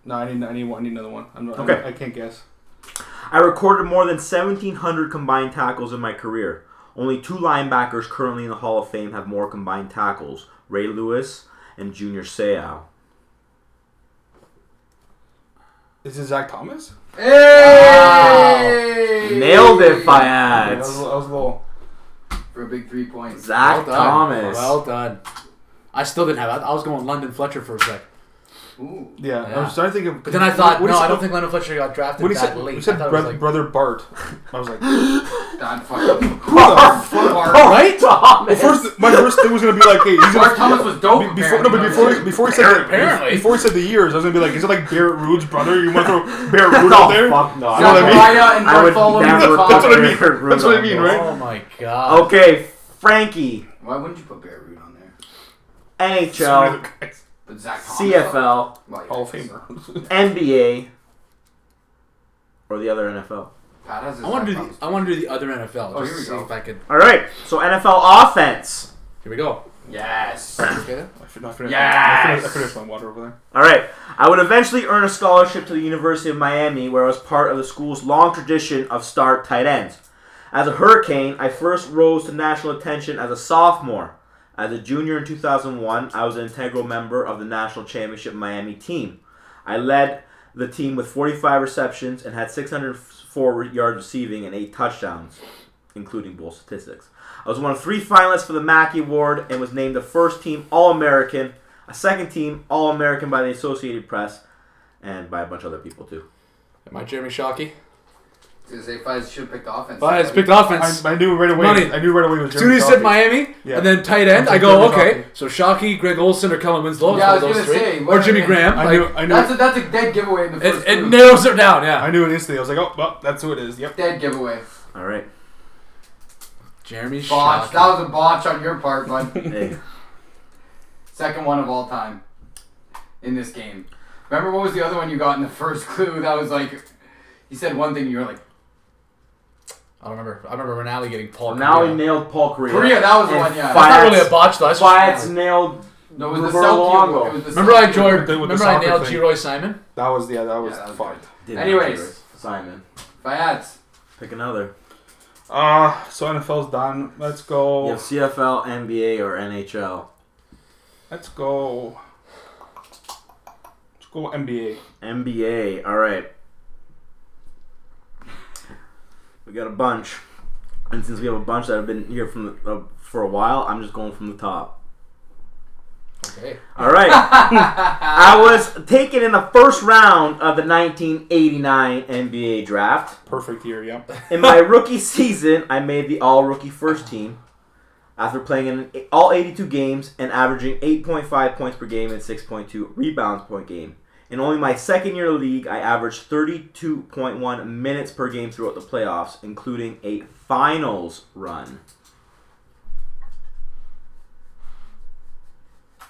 Speaker 2: No, I need. I need one. I need another one. I'm not,
Speaker 3: Okay.
Speaker 2: I can't guess.
Speaker 3: I recorded more than 1,700 combined tackles in my career. Only two linebackers currently in the Hall of Fame have more combined tackles Ray Lewis and Junior Seau.
Speaker 2: Is it Zach Thomas?
Speaker 3: Nailed it,
Speaker 2: I was, I
Speaker 3: Fayad.
Speaker 2: was a little.
Speaker 6: for a big three points.
Speaker 3: Zach
Speaker 4: done.
Speaker 3: Thomas.
Speaker 4: Well done. I still didn't have. I, I was going London Fletcher for a sec,
Speaker 6: Ooh.
Speaker 2: Yeah, I
Speaker 4: Yeah.
Speaker 2: was trying to think of.
Speaker 4: but then I thought,
Speaker 2: what
Speaker 4: no,
Speaker 2: he
Speaker 4: I
Speaker 2: said-
Speaker 4: don't think London Fletcher got drafted
Speaker 2: When he
Speaker 4: that
Speaker 2: said,
Speaker 4: late.
Speaker 2: he said
Speaker 4: I thought it
Speaker 2: bro-
Speaker 4: was like,
Speaker 2: brother Bart, I was like, who
Speaker 6: God fucking.
Speaker 2: the fuck?
Speaker 6: Bart,
Speaker 3: right? Thomas.
Speaker 2: First, my first thing was gonna be like, hey, he's
Speaker 6: Bart
Speaker 2: gonna.
Speaker 6: Thomas was
Speaker 2: Be-
Speaker 6: dope.
Speaker 2: before, no, but
Speaker 6: Oh, apparently.
Speaker 2: before he, before he said the,
Speaker 4: Apparently.
Speaker 2: before he said the years, I was gonna be like, is it like Barrett Rouge's brother? You want to throw Barrett Rouge out
Speaker 3: no,
Speaker 2: there?
Speaker 3: Oh, fuck no.
Speaker 2: You know what I mean?
Speaker 6: Zachariah and
Speaker 3: I would
Speaker 6: Bartholomew
Speaker 3: never
Speaker 6: Fowler.
Speaker 2: That's what I
Speaker 3: put
Speaker 2: mean.
Speaker 3: Barrett
Speaker 2: That's what I
Speaker 3: Rudolph
Speaker 2: mean,
Speaker 3: on.
Speaker 2: right?
Speaker 4: oh my god.
Speaker 3: Okay, Frankie,
Speaker 6: Why wouldn't you put Barry Root on there?
Speaker 3: NHL,
Speaker 6: But Zach Thomas.
Speaker 3: CFL,
Speaker 6: Well, yeah.
Speaker 2: Hall of Famer.
Speaker 3: NBA, or the other NFL.
Speaker 6: Pat has his
Speaker 4: I want to
Speaker 6: Zach
Speaker 4: do the
Speaker 6: Thomas.
Speaker 4: I want to do the other NFL.
Speaker 6: Oh, here
Speaker 4: just
Speaker 6: we
Speaker 4: to
Speaker 6: go.
Speaker 4: See if I can.
Speaker 3: All right, so NFL offense.
Speaker 4: Here we go.
Speaker 6: Yes.
Speaker 4: Okay. then.
Speaker 2: I fin- I finished,
Speaker 6: Yes!
Speaker 2: I, finished, I finished my water over there.
Speaker 3: All right. I would eventually earn a scholarship to the University of Miami, where I was part of the school's long tradition of star tight ends. As a Hurricane, I first rose to national attention as a sophomore. As a junior in 2001, I was an integral member of the national championship Miami team. I led the team with 45 receptions and had 604 yards receiving and eight touchdowns, including bowl statistics. I was one of three finalists for the Mackey Award and was named the first team All American, a second team All American by the Associated Press, and by a bunch of other people too.
Speaker 4: Am I Jeremy Shockey?
Speaker 6: Because they Fies should have picked offense.
Speaker 4: Fives picked offense.
Speaker 2: I, I knew right away.
Speaker 4: Money.
Speaker 2: I knew right away it was.
Speaker 4: As soon as he said
Speaker 2: Jeremy
Speaker 4: Miami
Speaker 2: Yeah.
Speaker 4: and then tight end,
Speaker 2: I
Speaker 4: I
Speaker 2: said
Speaker 4: go,
Speaker 2: Jeremy
Speaker 4: okay. So Shockey, Greg Olson, or Kellen Winslow.
Speaker 6: Yeah, I
Speaker 4: it's one
Speaker 6: was
Speaker 4: of those
Speaker 6: gonna
Speaker 4: three.
Speaker 6: say,
Speaker 4: or Jimmy
Speaker 6: what-
Speaker 4: Graham.
Speaker 2: Coffey. I
Speaker 4: like,
Speaker 2: knew. I knew.
Speaker 6: That's a, that's a dead giveaway in the
Speaker 4: it,
Speaker 6: first
Speaker 4: it
Speaker 6: group.
Speaker 4: narrows it down, yeah.
Speaker 2: I knew it instantly. I was like, oh, well, that's who it is. Yep.
Speaker 6: Dead giveaway.
Speaker 3: All right.
Speaker 4: Jeremy
Speaker 6: Botch.
Speaker 4: Shockey.
Speaker 6: That was a botch on your part, bud.
Speaker 3: Hey.
Speaker 6: Second one of all time in this game. Remember what was the other one you got in the first clue? That was like, he said one thing and you were like,
Speaker 4: I don't remember. I remember Rinaldi getting Paul.
Speaker 3: Now
Speaker 4: Korea.
Speaker 3: he nailed Paul Korea.
Speaker 6: Korea, that was the
Speaker 3: And
Speaker 6: one, yeah.
Speaker 4: That's
Speaker 3: Fiats-
Speaker 4: not really a botch, though. That's just-
Speaker 3: Fiats nailed.
Speaker 6: no, it was the
Speaker 3: Roberto Longo.
Speaker 6: Selkie. It was the
Speaker 4: Remember I
Speaker 6: Selke.
Speaker 4: joined.
Speaker 2: the
Speaker 4: Remember I
Speaker 2: soccer
Speaker 4: nailed
Speaker 2: thing.
Speaker 4: G. Roy Simon.
Speaker 2: That was yeah. That was
Speaker 6: that was
Speaker 2: fucked.
Speaker 3: Did
Speaker 6: Anyways.
Speaker 3: not do it. Simon,
Speaker 6: Fayad's.
Speaker 3: pick another.
Speaker 2: Ah, so NFL's done. Let's go.
Speaker 3: You have CFL, NBA, or NHL.
Speaker 2: Let's go. Let's go NBA.
Speaker 3: NBA. All right. We got a bunch, and since we have a bunch that have been here from the, uh, for a while, I'm just going from the top.
Speaker 4: Okay.
Speaker 3: All right. I was taken in the first round of the 1989 NBA draft.
Speaker 2: Perfect year. Yep.
Speaker 3: In my rookie season, I made the all rookie first team after playing in all 82 games and averaging 8.5 points per game and 6.2 rebounds per game. In only my second year of the league, I averaged 32.1 minutes per game throughout the playoffs, including a finals run.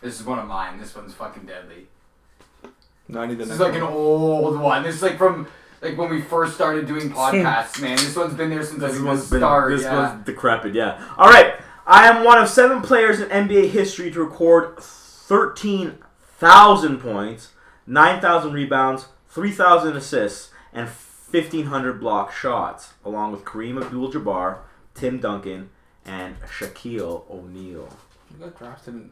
Speaker 6: This is one of mine. This one's fucking deadly.
Speaker 2: No, I need the
Speaker 6: This
Speaker 2: next
Speaker 6: is like an
Speaker 2: one.
Speaker 6: old one. This is like from like when we first started doing podcasts, man. This one's been there since I
Speaker 3: This
Speaker 6: think
Speaker 3: one's
Speaker 6: the
Speaker 3: been
Speaker 6: start.
Speaker 3: this
Speaker 6: yeah.
Speaker 3: one's decrepit, yeah. All right, I am one of seven players in NBA history to record thirteen thousand points, nine thousand rebounds, three thousand assists, and fifteen hundred block shots, along with Kareem Abdul-Jabbar, Tim Duncan, and Shaquille O'Neal.
Speaker 2: He got drafted. in-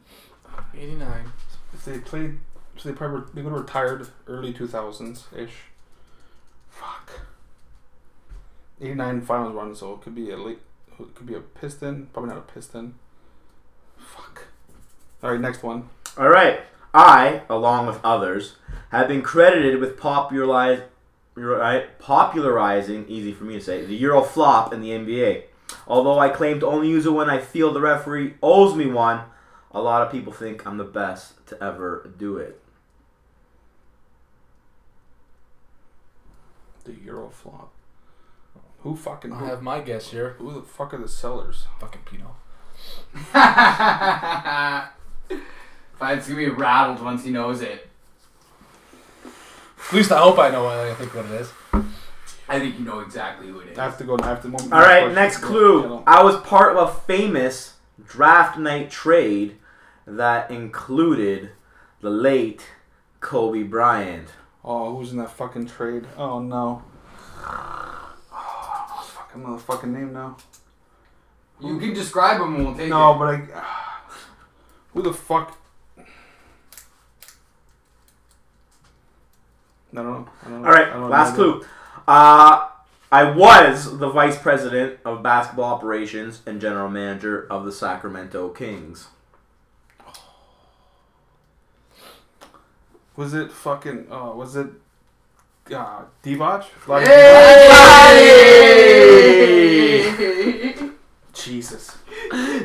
Speaker 4: Eighty-nine.
Speaker 2: If they played, so they probably were- they would have retired early two thousands ish. Fuck. Eighty nine finals run, so it could be a late. It could be a piston. Probably not a piston. Fuck. All right, next one.
Speaker 3: All right. I, along with others, have been credited with popularize, right, popularizing, easy for me to say, the Euro flop in the NBA. Although I claim to only use it when I feel the referee owes me one, a lot of people think I'm the best to ever do it.
Speaker 2: The Euro flop. Who fucking
Speaker 4: I
Speaker 2: who,
Speaker 4: have my guess here.
Speaker 2: who the fuck are the sellers?
Speaker 4: Fucking Pino.
Speaker 6: Fayad's gonna be rattled once he knows it.
Speaker 4: At least I hope I know. what I think what it is.
Speaker 6: I think you know exactly who it is.
Speaker 2: I have to go. I have to. One,
Speaker 3: All right, next clue. I was part of a famous draft night trade that included the late Kobe Bryant.
Speaker 2: Oh, who's in that fucking trade? Oh no. Oh, fucking know the fucking name now.
Speaker 6: You can describe him and we'll take
Speaker 2: No,
Speaker 6: it.
Speaker 2: but I. Who the fuck? I don't know. I don't know.
Speaker 3: All
Speaker 2: I
Speaker 3: right,
Speaker 2: don't
Speaker 3: last
Speaker 2: know.
Speaker 3: clue. Uh, I was the vice president of basketball operations and general manager of the Sacramento Kings.
Speaker 2: Was it fucking? Uh, was it? Uh, Divac? Like, Jesus.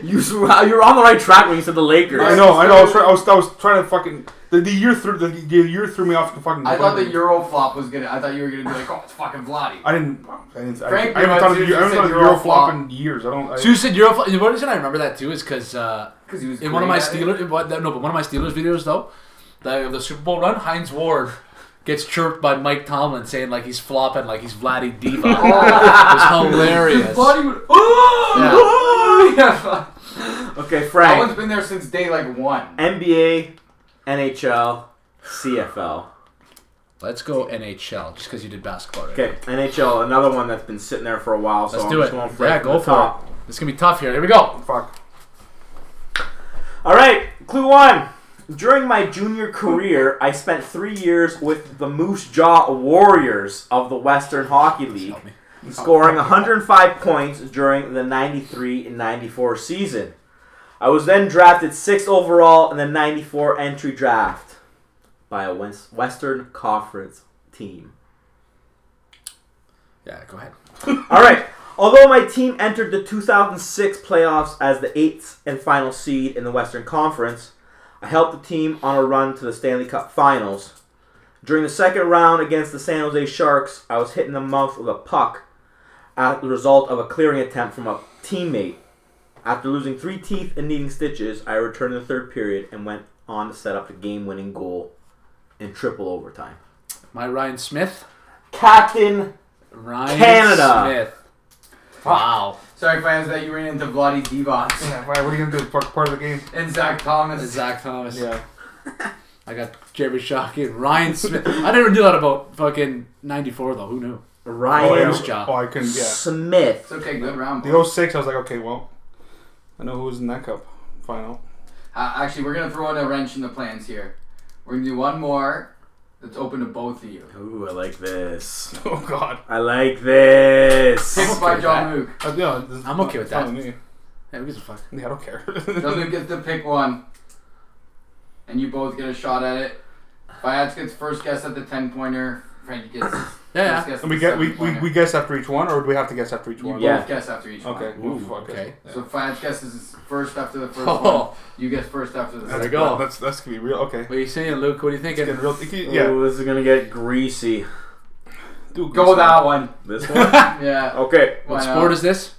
Speaker 3: You s- you're on the right track when you said the Lakers.
Speaker 2: I know. I know. I was, try- I was, I was trying to fucking. The, the year threw the, the year threw me off. the Fucking.
Speaker 6: I thought the Euroflop was gonna. I thought you were gonna be like, oh, it's fucking Vladi.
Speaker 2: I didn't. I didn't. I,
Speaker 6: Frank,
Speaker 2: I haven't
Speaker 6: you
Speaker 2: thought of,
Speaker 6: know,
Speaker 2: I haven't
Speaker 6: you
Speaker 2: thought of
Speaker 6: said
Speaker 2: Euroflop
Speaker 6: Euroflop.
Speaker 2: in years. I don't. I,
Speaker 4: So you said Euro. The reason I remember that too is because uh,
Speaker 6: Because he was
Speaker 4: in one of my
Speaker 6: great at it.
Speaker 4: Steelers, what- no, but one of my Steelers videos though, the the Super Bowl run, Heinz Ward gets chirped by Mike Tomlin saying like he's flopping, like he's Vladdy Diva. it's hilarious.
Speaker 6: Vladi would. Oh, yeah.
Speaker 3: Okay,
Speaker 6: That one's
Speaker 3: Frank.
Speaker 6: been there since day like one.
Speaker 3: NBA, NHL, CFL.
Speaker 4: Let's go NHL just because you did basketball. Right?
Speaker 3: Okay, NHL, another one that's been sitting there for a while. So
Speaker 4: Let's
Speaker 3: I'm
Speaker 4: do
Speaker 3: just
Speaker 4: it.
Speaker 3: going for
Speaker 4: Yeah, go for it. It's gonna be tough here. Here we go.
Speaker 2: fuck.
Speaker 3: All right, clue one. During my junior career, I spent three years with the Moose Jaw Warriors of the Western Hockey League,
Speaker 4: help me.
Speaker 3: scoring 105 points during the 93 and 94 season. I was then drafted sixth overall in the 94 entry draft by a Wes- Western Conference team.
Speaker 4: Yeah, go ahead.
Speaker 3: All right. Although my team entered the 2006 playoffs as the eighth and final seed in the Western Conference, I helped the team on a run to the Stanley Cup Finals. During the second round against the San Jose Sharks, I was hit in the mouth with a puck as the result of a clearing attempt from a teammate. After losing three teeth and needing stitches, I returned in the third period and went on to set up the game-winning goal in triple overtime.
Speaker 4: My Ryan Smith.
Speaker 3: Captain
Speaker 4: Ryan
Speaker 3: Canada.
Speaker 4: Smith. Wow.
Speaker 6: Sorry, fans, that you ran into Vladi Divac
Speaker 2: Yeah, why- what are you gonna do? Fuck part of the game.
Speaker 6: and Zach Thomas.
Speaker 4: Zach Thomas.
Speaker 2: Yeah.
Speaker 4: I got Jeremy Shockey and Ryan Smith. I never knew that about fucking 94, though. Who knew?
Speaker 3: Ryan
Speaker 4: yeah.
Speaker 2: Oh,
Speaker 4: Jaw.
Speaker 2: Oh, I couldn't. Yeah.
Speaker 3: Smith.
Speaker 6: It's okay, good round. boys.
Speaker 2: The 06, I was like, okay, well, I know who was in that cup final.
Speaker 6: Uh, actually, we're gonna throw in a wrench in the plans here. We're gonna do one more. That's open to both of you.
Speaker 3: Ooh, I like this.
Speaker 2: Oh God.
Speaker 3: I like this.
Speaker 6: Picked by
Speaker 4: with
Speaker 6: John Luke.
Speaker 2: Uh, yeah, this-
Speaker 4: I'm okay with
Speaker 2: fine
Speaker 4: that.
Speaker 2: with me.
Speaker 4: Hey, who gives a fuck?
Speaker 2: Yeah, I don't care.
Speaker 6: John Luke gets to pick one, and you both get a shot at it. Fiatz gets first guess at the ten pointer. Frankie gets first
Speaker 4: Yeah.
Speaker 6: guess.
Speaker 2: and we
Speaker 6: at
Speaker 2: get
Speaker 6: the
Speaker 2: we, we,
Speaker 6: seven-pointer.
Speaker 2: we guess after each one, or do we have to guess after each
Speaker 6: You
Speaker 2: one?
Speaker 6: both
Speaker 3: Yeah.
Speaker 6: guess after each
Speaker 2: Okay.
Speaker 6: one.
Speaker 2: well,
Speaker 4: Ooh,
Speaker 2: fuck it.
Speaker 4: okay.
Speaker 2: Yeah.
Speaker 6: So Fiatz guesses first after the first
Speaker 4: Oh.
Speaker 6: one. You guess first after the
Speaker 4: There we
Speaker 6: second.
Speaker 4: go.
Speaker 2: That's that's gonna be real. Okay.
Speaker 4: What are you saying, Luke? What are you thinking?
Speaker 2: Get real. it can- Yeah.
Speaker 3: Ooh, this is gonna get greasy.
Speaker 2: Dude,
Speaker 6: Go with that one.
Speaker 3: This one.
Speaker 6: Yeah.
Speaker 3: okay.
Speaker 6: Why
Speaker 4: what
Speaker 6: not?
Speaker 4: sport is this?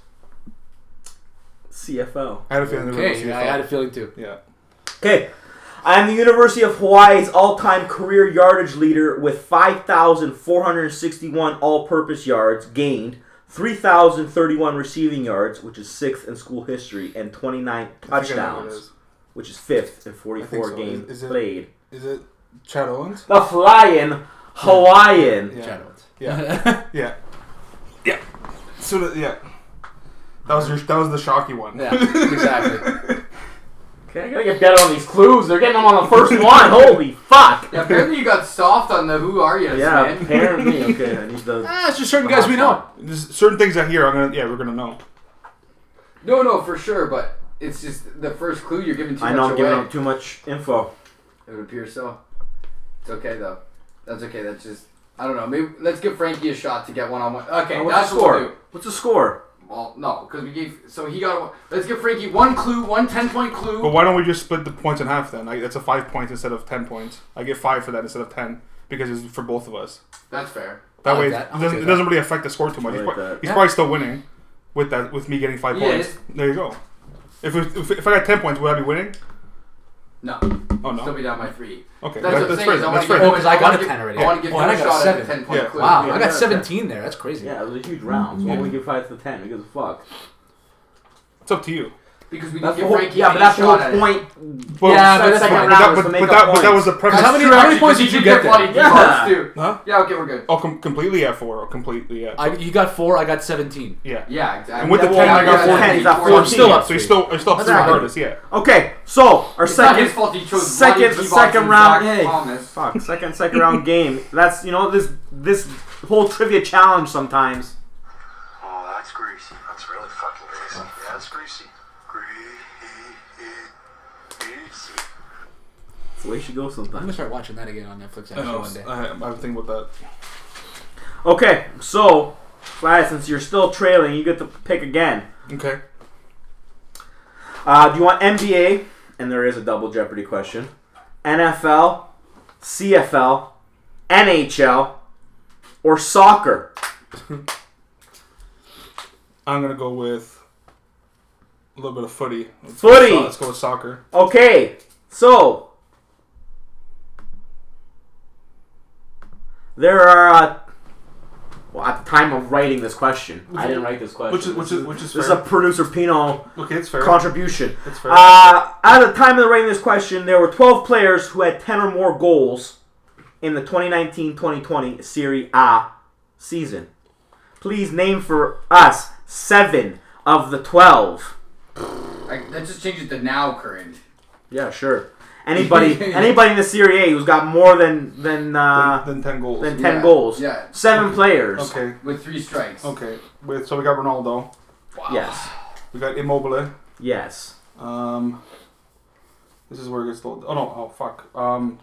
Speaker 3: CFL.
Speaker 2: I had a feeling. they were
Speaker 4: Okay,
Speaker 2: gonna
Speaker 4: yeah, I
Speaker 2: see
Speaker 4: had a
Speaker 2: it.
Speaker 4: feeling too.
Speaker 2: Yeah.
Speaker 3: Okay. I am the University of Hawaii's all-time career yardage leader with 5,461 all-purpose yards gained, 3,031 receiving yards, which is sixth in school history, and 29
Speaker 2: I think I know who it
Speaker 3: touchdowns, which is fifth in 44
Speaker 2: so.
Speaker 3: games
Speaker 2: Is- is it-
Speaker 3: played.
Speaker 2: Is Is it Chad Owens?
Speaker 3: The flying Hawaiian.
Speaker 2: Yeah.
Speaker 4: Shadow Ones.
Speaker 2: Yeah. yeah. Yeah. So that, yeah. That was your that was the shocky one.
Speaker 4: Yeah, exactly.
Speaker 3: Okay, I gotta get better on these clues. They're getting them on the first one. Holy fuck!
Speaker 6: Yeah, apparently you got soft on the who are you,
Speaker 3: Yeah,
Speaker 6: man.
Speaker 3: apparently. Okay, I need the.
Speaker 6: Uh,
Speaker 4: ah, it's just certain guys we know.
Speaker 2: There's certain things I hear. I'm gonna yeah we're gonna know.
Speaker 6: No, no, for sure, but it's just the first clue you're giving too
Speaker 3: I know I'm
Speaker 6: much
Speaker 3: giving
Speaker 6: away.
Speaker 3: up too much info.
Speaker 6: It would appear so. It's okay though. That's okay. That's just I don't know. Maybe let's give Frankie a shot to get one on one. Okay,
Speaker 3: Now, what's
Speaker 6: that's
Speaker 3: the
Speaker 6: what we'll
Speaker 3: score?
Speaker 6: do.
Speaker 3: What's the score?
Speaker 6: Well, no, because we gave. So he got. one Let's give Frankie one clue, one 10 point clue.
Speaker 2: But why don't we just split the points in half then? Like that's a five points instead of ten points. I get five for that instead of ten because it's for both of us.
Speaker 6: That's fair.
Speaker 2: That
Speaker 4: I like
Speaker 2: way,
Speaker 4: that.
Speaker 2: it
Speaker 4: I'm
Speaker 2: doesn't,
Speaker 4: okay
Speaker 2: it
Speaker 4: with
Speaker 2: doesn't really affect the score too much.
Speaker 3: I
Speaker 2: He's,
Speaker 3: like
Speaker 2: prob-
Speaker 3: that.
Speaker 2: he's
Speaker 4: Yeah.
Speaker 2: probably still winning with that with me getting five
Speaker 6: Yeah,
Speaker 2: points. There you go. If, it, if if I got ten points, would I be winning?
Speaker 6: No,
Speaker 2: Oh no.
Speaker 6: still be down by three.
Speaker 2: Okay,
Speaker 6: that's,
Speaker 2: that-
Speaker 6: what I'm
Speaker 2: that's
Speaker 6: saying.
Speaker 2: fair, that's fair. Oh,
Speaker 6: Is I wanna give-
Speaker 4: 'cause I got
Speaker 6: wanna
Speaker 4: a
Speaker 6: give-
Speaker 4: 10 already.
Speaker 6: I want to give
Speaker 4: Oh, and
Speaker 6: him
Speaker 4: I
Speaker 6: a
Speaker 4: got a
Speaker 6: shot at the
Speaker 4: seven.
Speaker 6: 10 point
Speaker 2: Yeah.
Speaker 6: clue.
Speaker 4: Wow, I
Speaker 3: yeah.
Speaker 4: got 17 there. That's crazy.
Speaker 3: Yeah, it was a huge round. So why don't we give five to the ten? Who gives a fuck?
Speaker 2: It's up to you.
Speaker 6: because we
Speaker 3: That's
Speaker 6: didn't
Speaker 3: the whole,
Speaker 6: give Frankie
Speaker 3: yeah, but
Speaker 6: any
Speaker 3: that's the whole
Speaker 6: shot at it.
Speaker 3: point.
Speaker 2: Well,
Speaker 4: Yeah,
Speaker 2: so-
Speaker 4: but
Speaker 2: but,
Speaker 3: round
Speaker 2: but that,
Speaker 4: second
Speaker 3: was
Speaker 2: but,
Speaker 3: to
Speaker 2: but
Speaker 3: make
Speaker 2: that,
Speaker 3: up
Speaker 2: but that was
Speaker 3: points.
Speaker 2: the premise.
Speaker 4: How many-
Speaker 6: Actually,
Speaker 4: points
Speaker 6: 'cause
Speaker 4: did you
Speaker 6: did
Speaker 4: get
Speaker 6: get
Speaker 4: there?
Speaker 6: bloody
Speaker 3: Yeah.
Speaker 6: defaults, too.
Speaker 2: Huh?
Speaker 6: Yeah, okay, we're good.
Speaker 2: Oh, com- completely at four. Or completely at.
Speaker 4: I, you got four. I got seventeen.
Speaker 2: yeah.
Speaker 6: Yeah, exactly.
Speaker 2: And with the
Speaker 6: Yeah,
Speaker 2: 10, I
Speaker 6: yeah,
Speaker 2: got
Speaker 6: yeah,
Speaker 2: 14.
Speaker 6: yeah,
Speaker 3: He's up
Speaker 6: yeah.
Speaker 4: So I'm
Speaker 3: 14.
Speaker 4: still up.
Speaker 2: So he's
Speaker 4: three.
Speaker 2: still, he's still up three
Speaker 3: Exactly.
Speaker 2: regardless. Yeah.
Speaker 3: Okay, so our
Speaker 6: It's not
Speaker 3: second
Speaker 6: his fault he chose bloody
Speaker 3: second
Speaker 6: T-Box
Speaker 3: second
Speaker 6: and
Speaker 3: round
Speaker 6: Zach
Speaker 3: hey,
Speaker 6: Thomas.
Speaker 3: fuck second second round game. That's you know this this whole trivia challenge sometimes.
Speaker 5: Oh, that's greasy. That's really fucking greasy. Yeah, it's greasy. Greasy.
Speaker 3: That's the way it should go
Speaker 4: I'm
Speaker 3: sometimes.
Speaker 4: gonna start watching that again on Netflix
Speaker 2: I
Speaker 4: actually
Speaker 2: know.
Speaker 4: one day.
Speaker 2: I, I was thinking about that.
Speaker 3: Okay, so Flash, since you're still trailing, you get to pick again.
Speaker 2: Okay.
Speaker 3: Uh, do you want NBA? And there is a double Jeopardy question. NFL, CFL, NHL, or soccer?
Speaker 2: I'm gonna go with a little bit of footy. Let's
Speaker 3: Footy!
Speaker 2: Go with, so- let's go with soccer.
Speaker 3: Okay, so there are. Uh, well, at the time of writing this question, I didn't write this question.
Speaker 2: Which is which is which is
Speaker 3: this is
Speaker 2: fair.
Speaker 3: a producer Pino
Speaker 2: okay, it's fair.
Speaker 3: contribution.
Speaker 2: It's fair.
Speaker 3: Uh, at the time of the writing this question, there were 12 players who had 10 or more goals in the 2019-2020 Serie A season. Please name for us seven of the 12.
Speaker 6: Like, that just changes the now current.
Speaker 3: Yeah, sure. Anybody, anybody in the Serie A who's got more than than uh,
Speaker 2: then ten goals.
Speaker 3: than ten
Speaker 6: Yeah,
Speaker 3: goals,
Speaker 6: yeah.
Speaker 3: seven players.
Speaker 2: okay.
Speaker 6: With three strikes.
Speaker 2: Okay. With so we got Ronaldo.
Speaker 3: Yes,
Speaker 2: We got Immobile.
Speaker 3: yes.
Speaker 2: Um, this is where it gets told. Oh no! Oh fuck! Um,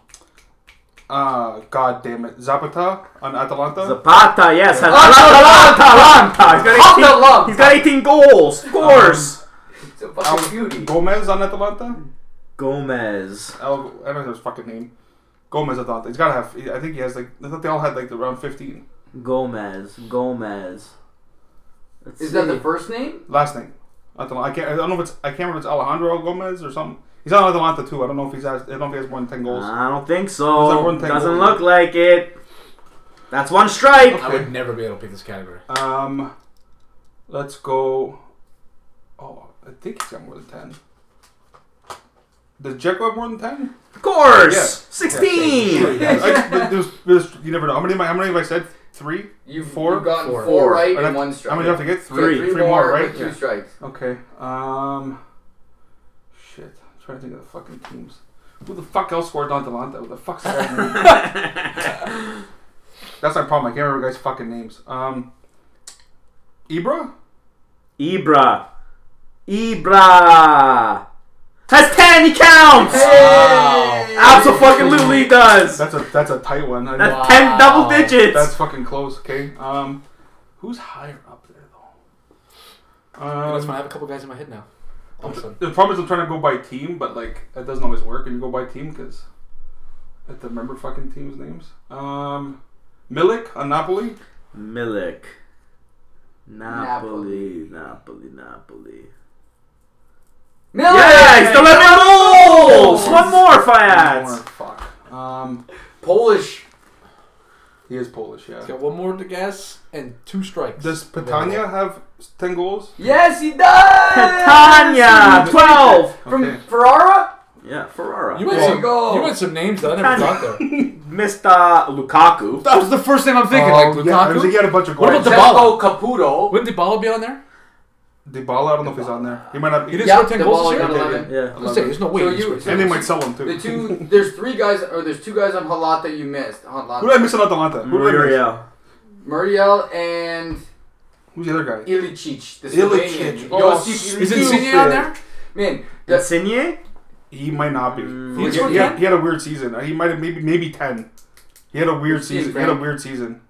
Speaker 2: uh, god damn it! Zapata on Atalanta.
Speaker 3: Zapata, yes. Atalanta, Atalanta, Atalanta.
Speaker 6: Atalanta.
Speaker 3: He's got 18, he's got 18 goals. Of course.
Speaker 6: It's a fucking beauty.
Speaker 2: Gomez on Atalanta.
Speaker 3: Gomez.
Speaker 2: El, I don't know his fucking name. Gomez Atalanta. He's gotta have. I think he has like. I thought they all had like around fifteen.
Speaker 3: Gomez, Gomez. Let's
Speaker 6: Is that the
Speaker 3: see.
Speaker 6: first name?
Speaker 2: Last name. Atalanta. I can't. I don't know if it's. I can't remember if it's Alejandro Gomez or something. He's on Atalanta too. I don't know if he's. Has, I don't know if he has more than ten goals.
Speaker 3: I don't think
Speaker 2: Is that
Speaker 3: so.
Speaker 2: one thing
Speaker 3: Doesn't
Speaker 2: Gomez?
Speaker 3: look like it. That's one strike.
Speaker 4: I would never be able to pick this category.
Speaker 2: Um, let's go. Oh, I think he's got more than ten. Does Jekyll have more than ten?
Speaker 3: Of course.
Speaker 2: Yeah.
Speaker 3: 16.
Speaker 2: I, but there's, there's, you never know. How many, am I- how many have I said? Three?
Speaker 6: You've,
Speaker 2: Four?
Speaker 6: you've gotten
Speaker 4: Four.
Speaker 6: four, right
Speaker 2: I'd have-
Speaker 6: and one
Speaker 2: How
Speaker 6: strike.
Speaker 2: many do I have to get?
Speaker 6: You got
Speaker 2: Three.
Speaker 6: Three,
Speaker 2: Three more, right?
Speaker 6: With two strikes.
Speaker 2: Okay. Um. Shit. I'm trying to think of the fucking teams. Who the fuck else scored on Atalanta? Who the fuck's that guy's name? That's my problem. I can't remember guys' fucking names. Um. Ibra?
Speaker 3: Ibra. Ibra. Has 10. He counts.
Speaker 4: Oh.
Speaker 3: Absolutely does.
Speaker 2: That's a that's a tight one. I
Speaker 3: That's
Speaker 2: know.
Speaker 3: 10 double digits.
Speaker 2: That's fucking close. Okay. Um, who's higher up there though?
Speaker 4: Oh, That's why I
Speaker 2: Um,
Speaker 4: have a couple guys in my head now. All of a sudden.
Speaker 2: the problem is I'm trying to go by team, but like that doesn't always work. And you go by team because I have to remember fucking teams' names. Um, Milik on Napoli.
Speaker 3: Milik. Napoli. Napoli. Napoli.
Speaker 6: No!
Speaker 3: Yes! 11 goals! One more,
Speaker 2: Or,
Speaker 3: Fayad.
Speaker 2: fuck. Um,
Speaker 6: Polish.
Speaker 2: he is Polish. Yeah.
Speaker 4: Got one more to guess and two strikes.
Speaker 2: Does Petania have ten gogoals?
Speaker 6: Yes, he does!
Speaker 3: Catania. 12.
Speaker 6: From
Speaker 2: Okay.
Speaker 6: Ferrara?
Speaker 3: Yeah, Ferrara.
Speaker 4: You went
Speaker 2: Well,
Speaker 4: some
Speaker 6: go.
Speaker 4: you went some names that I never thought there.
Speaker 3: Mr. Lukaku.
Speaker 4: that was the first name I'm thinking.
Speaker 2: Oh,
Speaker 4: like
Speaker 2: yeah, I
Speaker 4: Lukaku.
Speaker 2: think he had a bunch of
Speaker 4: What
Speaker 2: goals.
Speaker 4: about
Speaker 6: Cello Caputo.
Speaker 4: Wouldn't Dybala be on there?
Speaker 2: Dybala, I don't know if he's on there. He might not. He
Speaker 4: It is-
Speaker 2: is.
Speaker 4: Yeah,
Speaker 6: Yep,
Speaker 4: ten
Speaker 6: the
Speaker 4: goals
Speaker 6: ball
Speaker 4: this
Speaker 6: got
Speaker 4: year?
Speaker 6: 11.
Speaker 3: Yeah.
Speaker 4: Let's say there's no way.
Speaker 6: So
Speaker 4: he's
Speaker 6: you-
Speaker 4: racist.
Speaker 2: And they might sell him too.
Speaker 6: The two, there's three guys, or there's two guys on Halat that you missed. Halat.
Speaker 2: Who did I miss on Atalanta? Who did I miss?
Speaker 3: Muriel.
Speaker 6: Muriel and
Speaker 2: Who's the other guy?
Speaker 6: Ilicic. The
Speaker 2: Ilicic.
Speaker 6: Slovenian.
Speaker 2: Oh,
Speaker 6: Josip
Speaker 4: Is
Speaker 6: Ilicic.
Speaker 4: Insigne on there?
Speaker 6: Man, that's
Speaker 3: Insigne?
Speaker 2: He might not be. He,
Speaker 4: Which
Speaker 2: he-
Speaker 4: one
Speaker 2: he had,
Speaker 4: then?
Speaker 2: he had a weird season. He might have maybe maybe ten. He had a weird
Speaker 6: Which team,
Speaker 2: season. He had a
Speaker 6: Frank?
Speaker 2: weird season.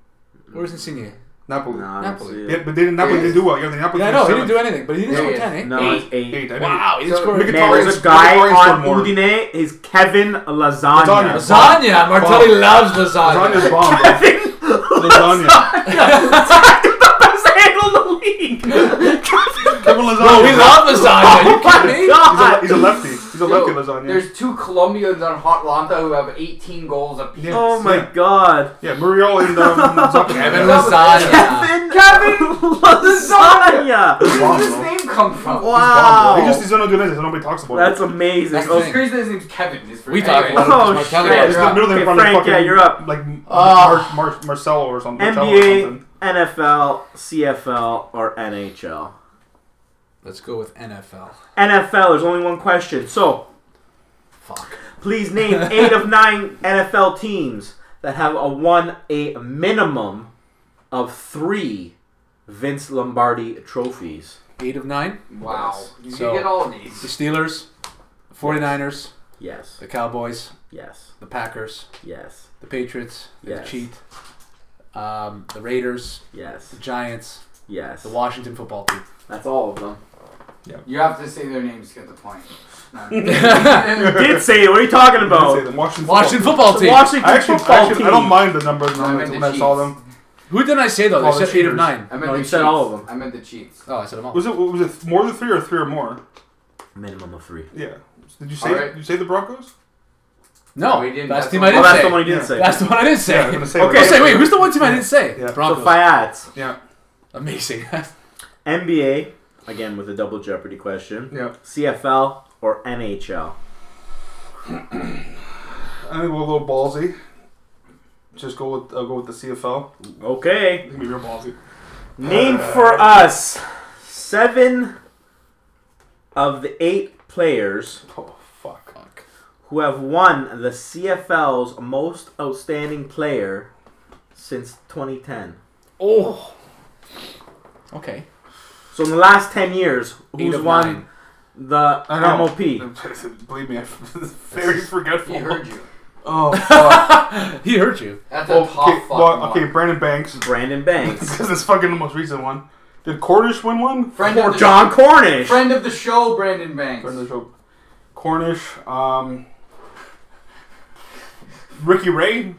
Speaker 4: Where's Insigne?
Speaker 2: Napoli.
Speaker 3: No, I don't
Speaker 4: Napoli.
Speaker 3: see it.
Speaker 2: Yeah, but they didn't. Napoli
Speaker 6: Yeah.
Speaker 2: didn't do well. Yeah, they Napoli.
Speaker 4: Yeah, I know. He
Speaker 2: finished
Speaker 4: didn't do
Speaker 2: seventh.
Speaker 4: anything, but he didn't
Speaker 6: Yeah,
Speaker 4: score
Speaker 6: yeah.
Speaker 4: 10, eh?
Speaker 3: No, it's eight.
Speaker 2: Eight. I didn't-
Speaker 4: Wow, he
Speaker 6: So-
Speaker 4: didn't score.
Speaker 2: Mkhitaryan-
Speaker 3: Man, there's a
Speaker 2: Mkhitaryan
Speaker 3: guy
Speaker 2: scored
Speaker 3: on
Speaker 2: more.
Speaker 3: Udine. He's Kevin Lasagna.
Speaker 2: Lasagna.
Speaker 4: Lasagna! Martelli loves
Speaker 2: Lasagna's
Speaker 4: lasagna.
Speaker 2: bomb.
Speaker 3: Kevin
Speaker 2: bro. Lasagna.
Speaker 3: the best handle in the league.
Speaker 2: Kevin Lasagna.
Speaker 4: Oh, we love lasagna. Are you
Speaker 3: Oh
Speaker 4: kidding
Speaker 3: my
Speaker 4: me?
Speaker 2: He's a,
Speaker 3: God.
Speaker 2: he's a lefty. He's a the
Speaker 6: Yo,
Speaker 2: look in lasagna.
Speaker 6: There's two Colombians on Hot Lanta who have 18 goals apiece.
Speaker 2: Yeah.
Speaker 3: Oh my
Speaker 2: Yeah.
Speaker 3: god.
Speaker 2: Yeah, Muriel and um, Zucker.
Speaker 4: Kevin
Speaker 6: That was-
Speaker 4: Lasagna.
Speaker 3: Kevin
Speaker 6: Kevin
Speaker 3: Lasagna!
Speaker 6: Where does his name come from?
Speaker 2: They
Speaker 3: Wow.
Speaker 2: just he's on doing this, and nobody talks about
Speaker 3: That's
Speaker 2: it.
Speaker 3: amazing.
Speaker 4: That's
Speaker 3: Oh,
Speaker 6: It's crazy that his name's Kevin. It's for-
Speaker 4: We talked
Speaker 6: anyway.
Speaker 4: about it.
Speaker 3: oh,
Speaker 4: Martello.
Speaker 3: shit.
Speaker 2: It's the middle
Speaker 3: Okay,
Speaker 2: name from
Speaker 3: Frank,
Speaker 2: like fucking,
Speaker 3: yeah, you're up.
Speaker 2: Like
Speaker 4: Ah.
Speaker 2: Mar- Mar- Marcelo or something. Marcello or
Speaker 3: NBA,
Speaker 2: something.
Speaker 3: NFL, CFL, or NHL?
Speaker 4: Let's go with NFL.
Speaker 3: NFL, there's only one question. So,
Speaker 4: Fuck.
Speaker 3: please name eight of nine NFL teams that have a won a minimum of three Vince Lombardi trophies.
Speaker 4: Eight of nine.
Speaker 6: Wow. You
Speaker 4: So-
Speaker 6: can get all of
Speaker 4: The
Speaker 6: these.
Speaker 4: Steelers, 49ers,
Speaker 3: Yes,
Speaker 4: the Cowboys,
Speaker 3: yes,
Speaker 4: the Packers,
Speaker 3: yes,
Speaker 4: the Patriots,
Speaker 3: Yes.
Speaker 4: the Cheat, um, the Raiders,
Speaker 3: yes,
Speaker 4: the Giants,
Speaker 3: yes.
Speaker 4: the Washington football team.
Speaker 3: That's all of them.
Speaker 6: You have to say their names to get the point. No.
Speaker 3: Did say it. What are you talking
Speaker 2: I'd say
Speaker 3: about?
Speaker 2: them. Washington.
Speaker 4: Washington
Speaker 2: football.
Speaker 4: football
Speaker 3: The
Speaker 4: team.
Speaker 3: Washington
Speaker 2: I actually,
Speaker 3: football
Speaker 2: actually,
Speaker 3: team.
Speaker 2: I don't mind the number of
Speaker 6: No, I
Speaker 2: numbers
Speaker 6: meant
Speaker 2: when
Speaker 6: the
Speaker 2: I saw
Speaker 6: Chiefs.
Speaker 2: them.
Speaker 4: Who did I say though?
Speaker 2: Oh,
Speaker 4: I
Speaker 2: the
Speaker 4: said eight of
Speaker 2: Cheaters.
Speaker 4: nine.
Speaker 6: I meant
Speaker 3: No,
Speaker 6: the
Speaker 3: you said
Speaker 6: Chiefs.
Speaker 3: all of them.
Speaker 6: I meant the Chiefs.
Speaker 4: Oh, I said them all.
Speaker 2: Was it was it more than three or three or more?
Speaker 3: Minimum of three. Oh,
Speaker 2: Yeah. Did you say
Speaker 6: Alright.
Speaker 2: did you say the Broncos?
Speaker 4: No,
Speaker 6: No, we didn't.
Speaker 4: that's
Speaker 6: That's
Speaker 4: the team
Speaker 6: the
Speaker 4: I
Speaker 3: Oh,
Speaker 4: didn't
Speaker 3: that's
Speaker 4: say.
Speaker 3: the one you didn't say.
Speaker 4: That's the one I didn't say.
Speaker 2: Yeah, I was gonna say.
Speaker 3: Okay.
Speaker 4: I'll say,
Speaker 2: the-
Speaker 4: wait, who's the one team I didn't say?
Speaker 2: Yeah.
Speaker 3: so
Speaker 4: Broncos.
Speaker 3: Fayette,
Speaker 2: Yeah.
Speaker 4: Amazing.
Speaker 3: NBA, again with a double jeopardy question.
Speaker 2: Yeah.
Speaker 3: CFL or NHL?
Speaker 2: I think we're a little ballsy. Just go with I'll go with the CFL.
Speaker 3: Okay.
Speaker 2: It's gonna be real ballsy.
Speaker 3: Name for us seven of the eight players
Speaker 2: Oh fuck.
Speaker 4: Fuck.
Speaker 3: who have won the CFL's Most Outstanding Player since 2010.
Speaker 4: Oh. Okay.
Speaker 3: So in the last 10 years,
Speaker 4: Eight
Speaker 3: who's
Speaker 4: of
Speaker 3: won
Speaker 4: nine.
Speaker 3: the
Speaker 2: I know.
Speaker 3: MOP?
Speaker 2: Believe me, I'm very
Speaker 6: He
Speaker 2: forgetful.
Speaker 6: heard you.
Speaker 2: Oh fuck.
Speaker 4: He hurt you.
Speaker 6: That's a
Speaker 2: okay,
Speaker 6: tough fucking
Speaker 2: well, okay,
Speaker 6: one.
Speaker 2: Brandon Banks.
Speaker 3: Brandon Banks.
Speaker 2: Because it's fucking the most recent one. Did Cornish win one?
Speaker 6: Friend
Speaker 3: Or
Speaker 6: of, the,
Speaker 3: John Cornish.
Speaker 6: friend of the show, Brandon Banks.
Speaker 2: Friend of the show. oh, Cornish. Um, Ricky Ray?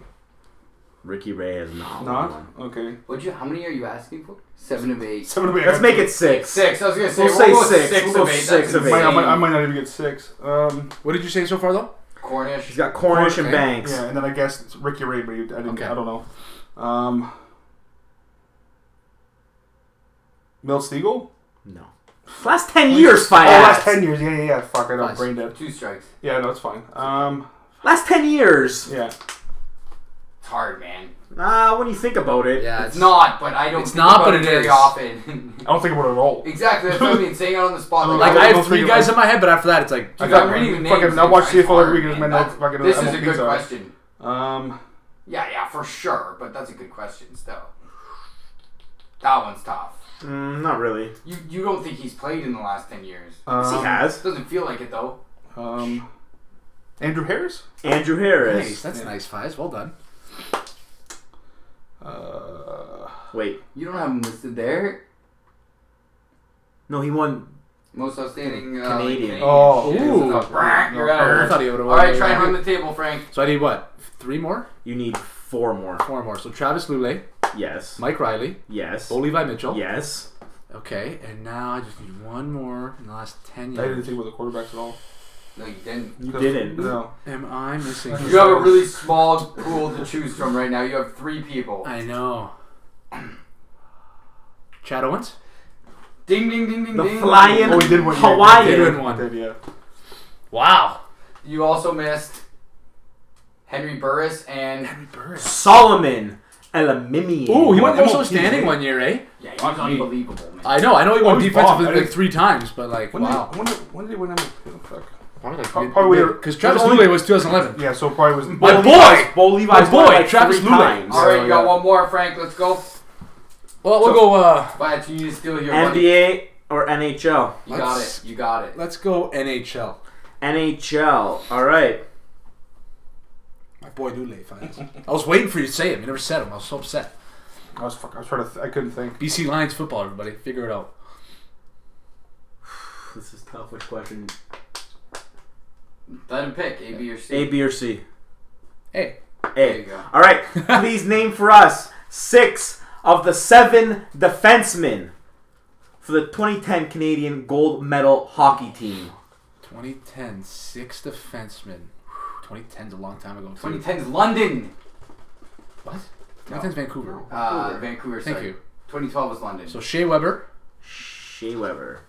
Speaker 3: Ricky Ray has not,
Speaker 2: Not?
Speaker 3: won.
Speaker 2: Okay.
Speaker 6: What'd you, how many are you asking for? Seven of eight.
Speaker 2: Seven of eight.
Speaker 3: Let's make it six.
Speaker 6: Six. I was gonna say,
Speaker 3: We'll
Speaker 6: we'll,
Speaker 3: say
Speaker 6: go with
Speaker 3: six.
Speaker 6: six.
Speaker 3: We'll go
Speaker 6: of eight.
Speaker 3: six
Speaker 6: That's
Speaker 3: of eight.
Speaker 2: I might, I, might, I
Speaker 6: insane.
Speaker 2: might not even get six. Um,
Speaker 4: What did you say so far though?
Speaker 6: Cornish.
Speaker 3: He's got Cornish and Banks.
Speaker 2: Yeah, and then I guess it's Ricky Ray, but he- I, didn't,
Speaker 4: Okay.
Speaker 2: I don't know. Um, Milt Stiegel?
Speaker 3: No. Last 10 years, Fayette.
Speaker 2: Oh, last 10 years. Yeah, yeah, yeah. Fuck, I know.
Speaker 4: Nice.
Speaker 2: Brain dead.
Speaker 6: Two strikes.
Speaker 2: Yeah, no, it's fine. Um,
Speaker 3: Last 10 years.
Speaker 2: yeah.
Speaker 6: It's hard, man.
Speaker 3: Nah, when you think about it.
Speaker 4: Yeah,
Speaker 6: It's not, but I don't.
Speaker 4: It's
Speaker 6: think
Speaker 4: not,
Speaker 6: about
Speaker 4: but it
Speaker 6: very
Speaker 4: is.
Speaker 2: I
Speaker 6: often.
Speaker 2: don't think about it at all.
Speaker 6: exactly. That's what I mean. Saying it on the spot.
Speaker 2: I
Speaker 4: Like
Speaker 2: don't
Speaker 4: I
Speaker 2: know
Speaker 4: have
Speaker 2: if
Speaker 4: three
Speaker 2: we-
Speaker 4: guys in my head, but after that, it's like
Speaker 2: I
Speaker 6: I'm
Speaker 2: got
Speaker 6: reading
Speaker 2: one.
Speaker 6: the names.
Speaker 2: Fucking, I watch
Speaker 6: it's
Speaker 2: CFL every
Speaker 6: hard,
Speaker 2: week. It's my
Speaker 6: man.
Speaker 2: notes. Fucking,
Speaker 6: This
Speaker 2: I'm
Speaker 6: is a good
Speaker 2: pizza.
Speaker 6: question.
Speaker 2: Um,
Speaker 6: Yeah, yeah, for sure. But that's a good question still. That one's tough.
Speaker 3: Mm, not really.
Speaker 6: You you don't think he's played in the last ten years?
Speaker 3: Yes, he
Speaker 2: um,
Speaker 3: has.
Speaker 6: Doesn't feel like it though.
Speaker 2: um, Andrew Harris?
Speaker 3: Andrew Harris.
Speaker 4: nice. That's nice, Fives. Well done.
Speaker 2: Uh,
Speaker 3: Wait.
Speaker 6: You don't have him listed there.
Speaker 3: No, he won.
Speaker 6: Most outstanding uh,
Speaker 3: Canadian.
Speaker 6: Canadian.
Speaker 2: oh,
Speaker 4: Shit.
Speaker 2: okay.
Speaker 4: Ooh.
Speaker 2: Fuck.
Speaker 6: Brrrr, You're
Speaker 4: I
Speaker 6: out.
Speaker 4: thought he would have.
Speaker 6: All right, try and run the table, Frank.
Speaker 4: So I need what? Three more?
Speaker 3: You need four more.
Speaker 4: Four more. So Travis Lule,
Speaker 3: Yes.
Speaker 4: Mike Riley,
Speaker 3: Yes.
Speaker 4: Bo Levi Mitchell.
Speaker 3: Yes.
Speaker 4: Okay, and now I just need one more in the last ten
Speaker 2: I didn't
Speaker 4: years.
Speaker 2: think about the quarterbacks at all.
Speaker 6: No, you didn't.
Speaker 3: You didn't.
Speaker 2: No.
Speaker 4: Am I missing?
Speaker 6: You have a really small pool to choose from right now. You have three people.
Speaker 4: I know. Chad Owens.
Speaker 6: Ding, ding, ding, ding,
Speaker 3: The
Speaker 6: ding.
Speaker 3: flying
Speaker 2: Oh, we did one year.
Speaker 3: Hawaiian.
Speaker 4: Did win
Speaker 2: I
Speaker 4: one.
Speaker 2: did, yeah.
Speaker 4: Wow.
Speaker 6: You also missed Henry Burris and
Speaker 3: Solomon Elamimian.
Speaker 4: Ooh, Oh, he won
Speaker 2: won
Speaker 4: most
Speaker 2: MOP,
Speaker 4: outstanding
Speaker 2: eh?
Speaker 4: one year, eh?
Speaker 6: yeah, he was unbelievable, man.
Speaker 4: I know. I know Oh, he won
Speaker 2: he's
Speaker 4: defensively
Speaker 2: bomb. I
Speaker 4: like
Speaker 2: didn't-
Speaker 4: three times, but like
Speaker 2: When,
Speaker 4: wow.
Speaker 2: did, when, did, when did he win that? Oh, fuck.
Speaker 4: Probably like
Speaker 2: Pro- probably we were-
Speaker 4: because Travis
Speaker 2: only-
Speaker 4: Lule was 2011.
Speaker 2: Yeah, so probably was.
Speaker 4: My
Speaker 3: Bo
Speaker 4: boy!
Speaker 3: Levi's- Bo Levi's
Speaker 4: boy,
Speaker 3: won like
Speaker 4: Travis
Speaker 3: three
Speaker 4: Lule.
Speaker 3: times.
Speaker 6: All right, you got
Speaker 2: yeah.
Speaker 6: one more, Frank. Let's go.
Speaker 4: Well, we'll go. Uh,
Speaker 6: But you need to steal your money.
Speaker 3: NBA or NHL?
Speaker 6: You got it.
Speaker 4: Let's-
Speaker 6: You got it.
Speaker 4: let's go NHL.
Speaker 3: NHL. All right.
Speaker 4: My boy Lule. finds. I was waiting for you to say him. You never said him. I was so upset.
Speaker 2: I was fuck. I was trying to. Th- I couldn't think.
Speaker 4: BC Lions football, everybody. Figure it out.
Speaker 3: This is tough. Which question?
Speaker 6: Let him pick A, B, or C.
Speaker 3: A, B, or C?
Speaker 4: Hey,
Speaker 6: There you
Speaker 3: A.
Speaker 6: go.
Speaker 3: All right. Please name for us six of the seven defensemen for the 2010 Canadian gold medal hockey team.
Speaker 4: 2010, six defensemen. 2010's a long time ago. too.
Speaker 6: 2010's London.
Speaker 4: What? 2010's Vancouver.
Speaker 6: Uh, Vancouver.
Speaker 4: Thank
Speaker 6: sorry.
Speaker 4: you.
Speaker 6: 2012 was London.
Speaker 4: So Shea Weber,
Speaker 3: Shea Weber.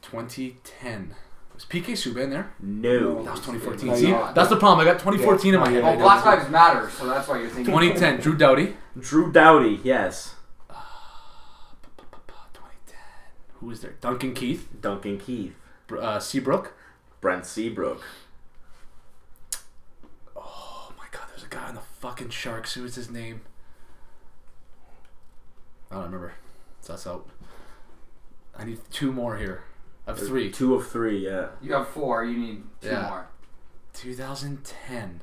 Speaker 4: 2010. Was PK Subban there?
Speaker 3: No.
Speaker 4: That was 2014.
Speaker 2: No,
Speaker 4: See,
Speaker 2: yeah.
Speaker 4: that's the Oh, problem. I got 2014 in my head.
Speaker 2: Yeah.
Speaker 4: right
Speaker 6: well,
Speaker 4: now.
Speaker 6: Black Lives Matter, so that's why you're thinking.
Speaker 4: 2010, Drew Doughty.
Speaker 3: Drew Doughty. Yes.
Speaker 4: 2010. Who was there? Duncan Keith,
Speaker 3: Duncan Keith.
Speaker 4: Br- uh, Seabrook.
Speaker 3: Brent Seabrook.
Speaker 4: Oh my god, there's a guy on the fucking Sharks. Who is his name? I don't remember. So that's out. I need two more here. I have three.
Speaker 3: Two of three. Yeah.
Speaker 6: You have four. You need two
Speaker 4: Yeah.
Speaker 6: more.
Speaker 4: 2010.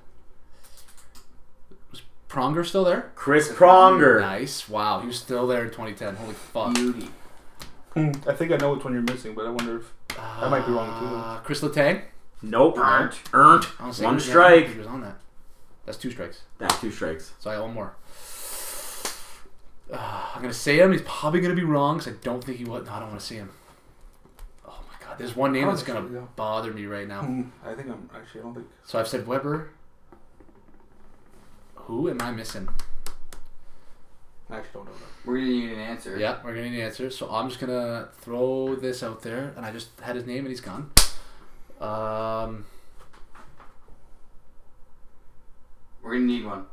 Speaker 4: Was Pronger still there?
Speaker 3: Chris Pronger.
Speaker 4: Nice. Wow, he was still there in 2010. Holy fuck.
Speaker 6: Beauty.
Speaker 2: Hmm, I think I know which one you're missing, but I wonder if I might be wrong
Speaker 4: Uh, Chris Letang.
Speaker 3: Nope.
Speaker 6: Ernt.
Speaker 3: Ernt.
Speaker 4: I don't see
Speaker 3: One
Speaker 4: who- yeah,
Speaker 3: strike.
Speaker 4: He was on that. That's two strikes.
Speaker 3: That's two strikes.
Speaker 4: So I have one more. Uh, I'm gonna say him. He's probably gonna be wrong because I don't think he was. No, I don't want to see him. Oh my god, there's one name
Speaker 2: Oh,
Speaker 4: that's gonna
Speaker 2: yeah.
Speaker 4: bother me right
Speaker 2: too.
Speaker 4: now.
Speaker 2: Hmm, I think I'm actually. I don't think.
Speaker 4: So I've said Weber. Who am I missing?
Speaker 2: I actually don't know. That.
Speaker 6: We're gonna need an answer.
Speaker 4: Yeah, we're gonna need an answer. So I'm just gonna throw this out there, and I just had his name, and he's gone. Um,
Speaker 6: We're gonna need one.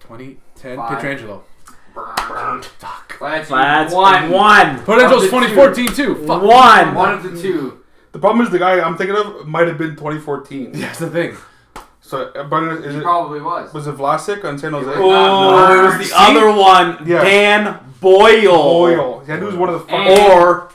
Speaker 4: 2010
Speaker 6: Five.
Speaker 4: Petrangelo.
Speaker 6: Burnt.
Speaker 4: Fuck.
Speaker 6: That's
Speaker 3: That's one.
Speaker 6: one.
Speaker 3: One.
Speaker 4: Petrangelo's
Speaker 6: Of the two.
Speaker 4: 2014 too. Fuck.
Speaker 3: One.
Speaker 6: One of the two.
Speaker 2: The problem is the guy I'm thinking of might have been 2014.
Speaker 4: That's the thing.
Speaker 2: So, uh, but is
Speaker 6: He
Speaker 2: it
Speaker 6: probably was.
Speaker 2: was it Vlasic on San Jose?
Speaker 3: Oh, it was the other one.
Speaker 2: Yeah.
Speaker 3: Dan Boyle.
Speaker 2: Boyle. Yeah, dude was one of the.
Speaker 6: And-
Speaker 3: Or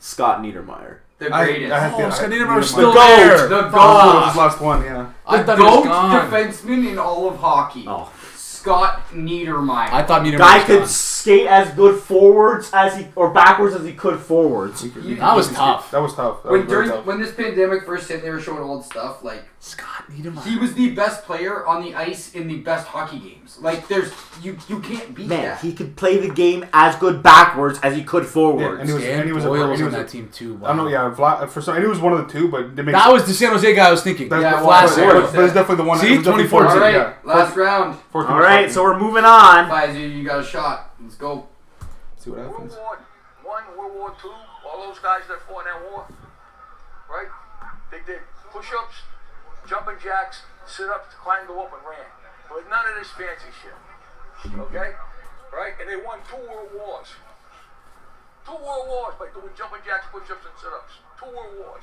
Speaker 3: Scott Niedermeyer.
Speaker 6: the
Speaker 2: I-
Speaker 6: greatest.
Speaker 2: I had-
Speaker 4: Oh, Scott Niedermeyer
Speaker 2: Niedermeyer.
Speaker 4: was still
Speaker 2: The
Speaker 3: goat.
Speaker 4: there.
Speaker 6: the
Speaker 2: Oh, it was
Speaker 6: GOAT.
Speaker 2: his last one. Yeah.
Speaker 4: I
Speaker 6: the
Speaker 4: thought he was
Speaker 6: GOAT
Speaker 4: gone.
Speaker 6: defenseman in all of hockey.
Speaker 3: Oh.
Speaker 6: Scott Niedermeyer.
Speaker 4: I thought Niedermeyer
Speaker 3: Guy
Speaker 4: was
Speaker 3: could
Speaker 4: gone.
Speaker 3: skate as good forwards as he or backwards as he could forwards.
Speaker 6: You-
Speaker 4: That was tough.
Speaker 2: That was tough. That
Speaker 6: when
Speaker 2: was very
Speaker 6: during
Speaker 2: tough.
Speaker 6: when this pandemic first hit, they were showing old stuff. Like
Speaker 4: Scott Niedermeyer.
Speaker 6: he was the best player on the ice in the best hockey games. Like there's you you can't beat
Speaker 3: Man,
Speaker 6: that.
Speaker 3: he could play the game as good backwards as he could
Speaker 2: yeah, and
Speaker 3: forwards.
Speaker 2: he was, and
Speaker 4: and
Speaker 2: he was, a,
Speaker 4: Boyle
Speaker 2: and
Speaker 4: was
Speaker 2: he
Speaker 4: on
Speaker 2: was
Speaker 4: that
Speaker 2: a,
Speaker 4: team too. Wow.
Speaker 2: I don't know. Yeah, Vla, for some, and he was one of the two, but didn't make
Speaker 4: That was the San Jose guy I was thinking.
Speaker 2: That's
Speaker 6: Yeah,
Speaker 2: the
Speaker 6: well,
Speaker 2: last
Speaker 6: there
Speaker 2: one,
Speaker 6: was
Speaker 2: but it's definitely the one.
Speaker 4: See?
Speaker 2: it was definitely
Speaker 4: 2014,
Speaker 6: All
Speaker 2: 14,
Speaker 6: right,
Speaker 2: yeah.
Speaker 6: last round.
Speaker 2: 14
Speaker 3: All
Speaker 2: was
Speaker 3: right,
Speaker 2: something.
Speaker 3: so we're moving on.
Speaker 6: Guys, you, you got a shot. Let's go.
Speaker 2: see what
Speaker 5: World
Speaker 2: happens.
Speaker 5: War One, World War Two, all those guys that fought in that war, right? They did push-ups, jumping jacks, sit-ups, climbed the rope and ran. But none of this fancy shit, okay? Right? And they won two world wars. Two world wars by doing jumping jacks, push-ups, and sit-ups. Two world wars.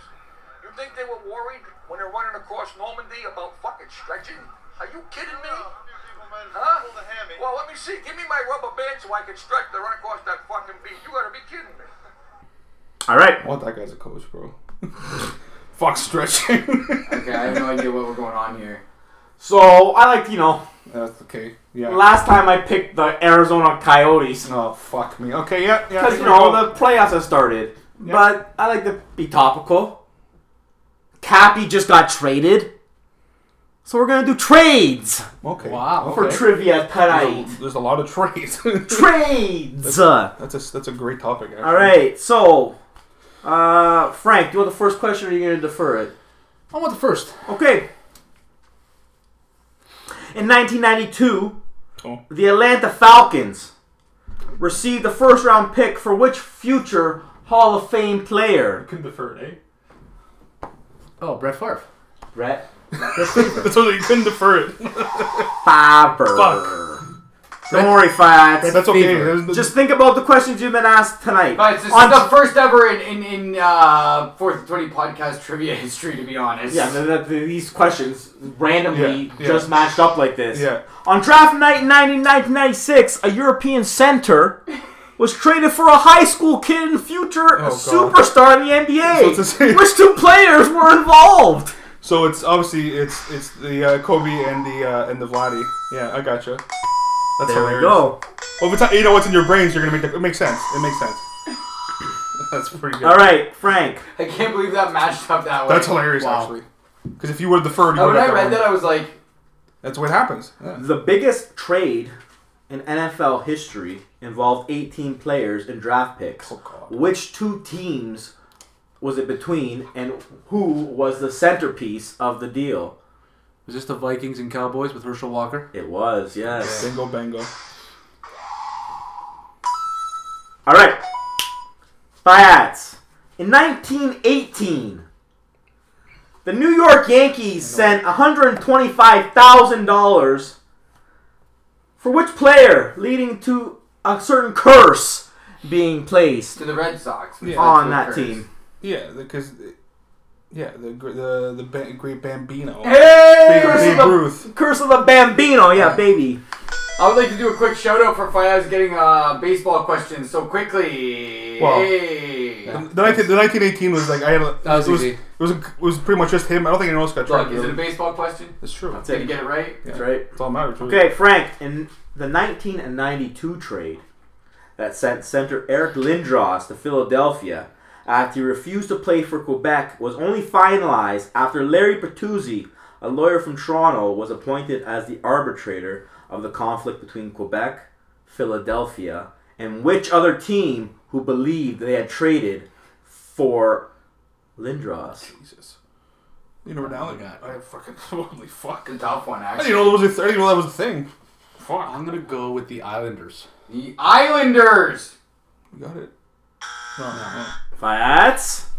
Speaker 5: You think they were worried when they're running across Normandy about fucking stretching? Are you kidding me? Huh? Well, let me see. Give me my rubber band so I can stretch to run across that fucking beat. You gotta be kidding me.
Speaker 3: All right.
Speaker 2: I want that guy as a coach, bro. Fuck stretching.
Speaker 6: Okay, I have no idea what we're going on here.
Speaker 3: So I like you know
Speaker 2: That's okay. Yeah.
Speaker 3: last time I picked the Arizona Coyotes
Speaker 2: oh fuck me. Okay. Yeah. Yeah.
Speaker 3: because you
Speaker 2: here
Speaker 3: know
Speaker 2: we go.
Speaker 3: the playoffs have started, but I like to be topical. Cappy just got traded, so we're gonna do trades
Speaker 2: okay.
Speaker 4: Wow.
Speaker 3: for
Speaker 4: Okay.
Speaker 3: trivia tonight.
Speaker 2: There's a lot of trades.
Speaker 3: Trades.
Speaker 2: that's a that's a great topic. Actually.
Speaker 3: All right, so uh, Frank, do you want the first question, or are you going to defer it?
Speaker 4: I want the first.
Speaker 3: Okay. In 1992,
Speaker 2: Oh.
Speaker 3: the Atlanta Falcons received the first round pick for which future Hall of Fame player?
Speaker 2: Can defer it, eh?
Speaker 4: Oh, Brett Favre.
Speaker 3: Brett
Speaker 2: That's what you couldn't defer it.
Speaker 3: Favre. Don't worry, Fats.
Speaker 2: That's okay.
Speaker 4: Fever.
Speaker 2: There's the-
Speaker 3: Just think about the questions you've been asked tonight.
Speaker 6: Guys, this
Speaker 3: On-
Speaker 6: is the first ever in in, in uh, fourth and twenty podcast trivia history, to be honest.
Speaker 3: Yeah, the, the, the- these questions randomly
Speaker 2: Yeah, yeah.
Speaker 3: just matched up like this.
Speaker 2: Yeah.
Speaker 3: On draft night in 1996, a European center was traded for a high school kid and future
Speaker 2: Oh, God.
Speaker 3: superstar in the
Speaker 2: So it's the
Speaker 3: NBA.
Speaker 2: same.
Speaker 3: Which two players were involved?
Speaker 2: so it's obviously it's it's the uh, Kobe and the uh, and the Vladi. Yeah, I gotcha. That's
Speaker 3: There we
Speaker 2: hilarious.
Speaker 3: go.
Speaker 2: Well, if it's not, you know what's in your brains, you're gonna make the, it makes sense. It makes sense. That's pretty good.
Speaker 3: All right, Frank.
Speaker 6: I can't believe that matched up that way.
Speaker 2: That's hilarious,
Speaker 4: Wow.
Speaker 2: actually. Because if you would have deferred, you
Speaker 6: Uh,
Speaker 2: would
Speaker 6: When I
Speaker 2: have
Speaker 6: read that, I was like,
Speaker 2: That's what happens. Yeah.
Speaker 3: The biggest trade in NFL history involved 18 players and draft picks.
Speaker 2: Oh, God.
Speaker 3: Which two teams was it between, and who was the centerpiece of the deal?
Speaker 4: Was this the Vikings and Cowboys with Herschel Walker?
Speaker 3: It was, yes.
Speaker 2: Bingo, bango.
Speaker 3: All right. Fiats. In 1918, the New York Yankees sent $125,000 for which player, leading to a certain curse being placed
Speaker 6: to the Red Sox which
Speaker 2: Yeah.
Speaker 6: led
Speaker 3: on
Speaker 6: to a
Speaker 3: that
Speaker 6: curse.
Speaker 3: team.
Speaker 2: Yeah, because yeah, the gr- the the ba- great Bambino.
Speaker 3: Hey!
Speaker 2: Babe- Babe Ruth.
Speaker 3: Curse of the Bambino, yeah, baby.
Speaker 6: I would like to do a quick shout out for Fayaz getting uh, baseball questions so quickly.
Speaker 2: Well,
Speaker 6: hey.
Speaker 2: The, 19, the 1918 was like I had. A,
Speaker 4: That was
Speaker 2: it was,
Speaker 4: easy.
Speaker 2: It was, it was pretty much just him. I don't think anyone else got
Speaker 6: Look,
Speaker 2: tried.
Speaker 6: is it a baseball question?
Speaker 2: it's true.
Speaker 3: That's
Speaker 6: Did you
Speaker 3: it.
Speaker 6: get it right?
Speaker 3: That's right.
Speaker 2: It's all that matters. really.
Speaker 3: Okay, Frank, in the 1992 trade that sent center Eric Lindros to Philadelphia after he refused to play for Quebec was only finalized after Larry Petuzzi, a lawyer from Toronto, was appointed as the arbitrator of the conflict between Quebec, Philadelphia, and which other team who believed they had traded for Lindros.
Speaker 2: Jesus. You know, now
Speaker 4: Oh my God.
Speaker 2: I fucking holy fuck.
Speaker 6: It's a tough one,
Speaker 2: I
Speaker 6: actually.
Speaker 2: didn't know that was a, I didn't know that was a thing. Fuck.
Speaker 4: I'm gonna go with the Islanders.
Speaker 6: The Islanders!
Speaker 2: You got it.
Speaker 3: Fats?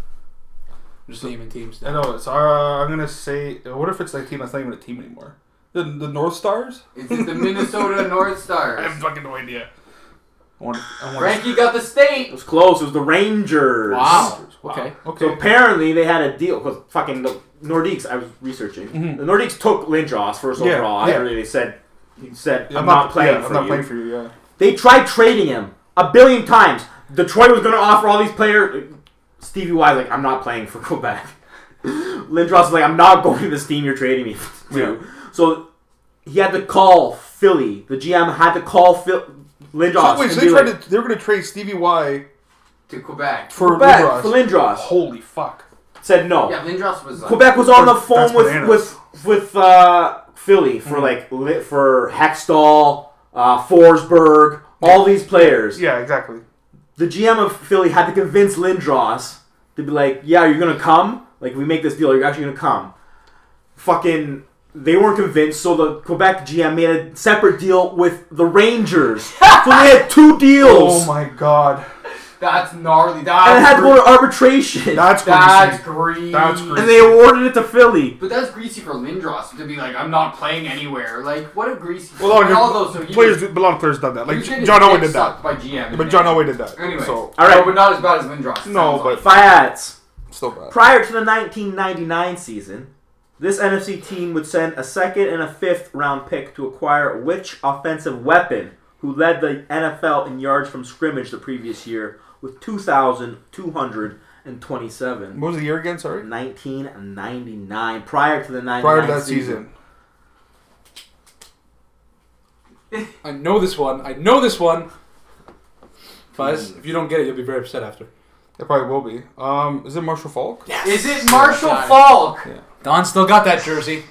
Speaker 4: I'm just naming teams.
Speaker 2: I
Speaker 4: Now.
Speaker 2: know. It's. Uh, I'm gonna say. What if it's like a team that's not even a team anymore? The the North Stars.
Speaker 6: Is it the Minnesota North
Speaker 2: I have
Speaker 6: Stars?
Speaker 2: fucking no idea. I want. I want.
Speaker 6: Frankie got the state!
Speaker 3: It was close. It was the Rangers.
Speaker 4: Wow. Okay.
Speaker 2: Okay.
Speaker 3: So apparently they had a deal because fucking the Nordiques. I was researching. The Nordiques took Lindros first
Speaker 2: Mm-hmm. Yeah,
Speaker 3: overall
Speaker 2: yeah.
Speaker 3: after they said he said I'm,
Speaker 2: Yeah,
Speaker 3: not, playing.
Speaker 2: yeah,
Speaker 3: for
Speaker 2: I'm not
Speaker 3: you.
Speaker 2: playing for you. Yeah.
Speaker 3: They tried trading him a billion times. Detroit was going to offer all these players. Stevie Y's like I'm not playing for Quebec. Lindros is like I'm not going to this team you're trading me to.
Speaker 2: Yeah.
Speaker 3: So he had to call Philly. The GM had to call Phil Lindros.
Speaker 2: So wait,
Speaker 3: and
Speaker 2: so they
Speaker 3: be
Speaker 2: tried
Speaker 3: like,
Speaker 2: to. They were gonna trade Stevie Y
Speaker 6: To Quebec.
Speaker 2: for
Speaker 3: Quebec
Speaker 2: Lindros.
Speaker 3: for Lindros.
Speaker 2: Holy fuck.
Speaker 3: Said no.
Speaker 6: Yeah, Lindros was like.
Speaker 3: Quebec was on the
Speaker 2: That's
Speaker 3: phone with
Speaker 2: bananas. Mm-hmm.
Speaker 3: with with uh, Philly for like lit for Hextall, uh, Forsberg, all these players.
Speaker 2: Yeah, exactly.
Speaker 3: The GM of Philly had to convince Lindros to be like, "Yeah, you're gonna come. Like, we make this deal. You're actually gonna come." Fucking, they weren't convinced, so the Quebec GM made a separate deal with the Rangers. so they had two deals,
Speaker 2: Oh my god.
Speaker 6: That's gnarly.
Speaker 3: and it had
Speaker 6: That's,
Speaker 3: to
Speaker 6: gre-
Speaker 3: go to arbitration.
Speaker 2: That's greasy.
Speaker 6: that's greedy.
Speaker 2: That's greasy.
Speaker 3: and they awarded it to Philly.
Speaker 6: But that's greasy for Lindros to be like, I'm not playing anywhere. Like, what a greasy.
Speaker 2: Well, a lot of
Speaker 6: and
Speaker 2: good-
Speaker 6: although, so he
Speaker 2: players,
Speaker 6: was-
Speaker 2: do- a lot of players done that.
Speaker 6: he
Speaker 2: Like
Speaker 6: was getting
Speaker 2: John
Speaker 6: his
Speaker 2: Owen
Speaker 6: dick
Speaker 2: did that.
Speaker 6: sucked By GM.
Speaker 2: But John Owen did that.
Speaker 6: Anyway.
Speaker 2: So
Speaker 3: All right.
Speaker 6: No, but not as bad as Lindros.
Speaker 2: no,
Speaker 6: sounds
Speaker 2: but
Speaker 6: like.
Speaker 3: Fiats.
Speaker 2: still bad.
Speaker 3: Prior to the 1999 season, this NFC team would send a second and a fifth round pick to acquire which offensive weapon who led the NFL in yards from scrimmage the previous year with 2,227.
Speaker 2: What was the year again? Sorry.
Speaker 3: 1999. Prior to the 99
Speaker 2: Prior to that season.
Speaker 4: I know this one. I know this one.
Speaker 2: Mm.
Speaker 4: Fuzz, if you don't get it, you'll be very upset after.
Speaker 2: It probably will be. Um, is it Marshall Falk? Yeah.
Speaker 6: Is it Marshall Falk?
Speaker 4: Don still got that jersey.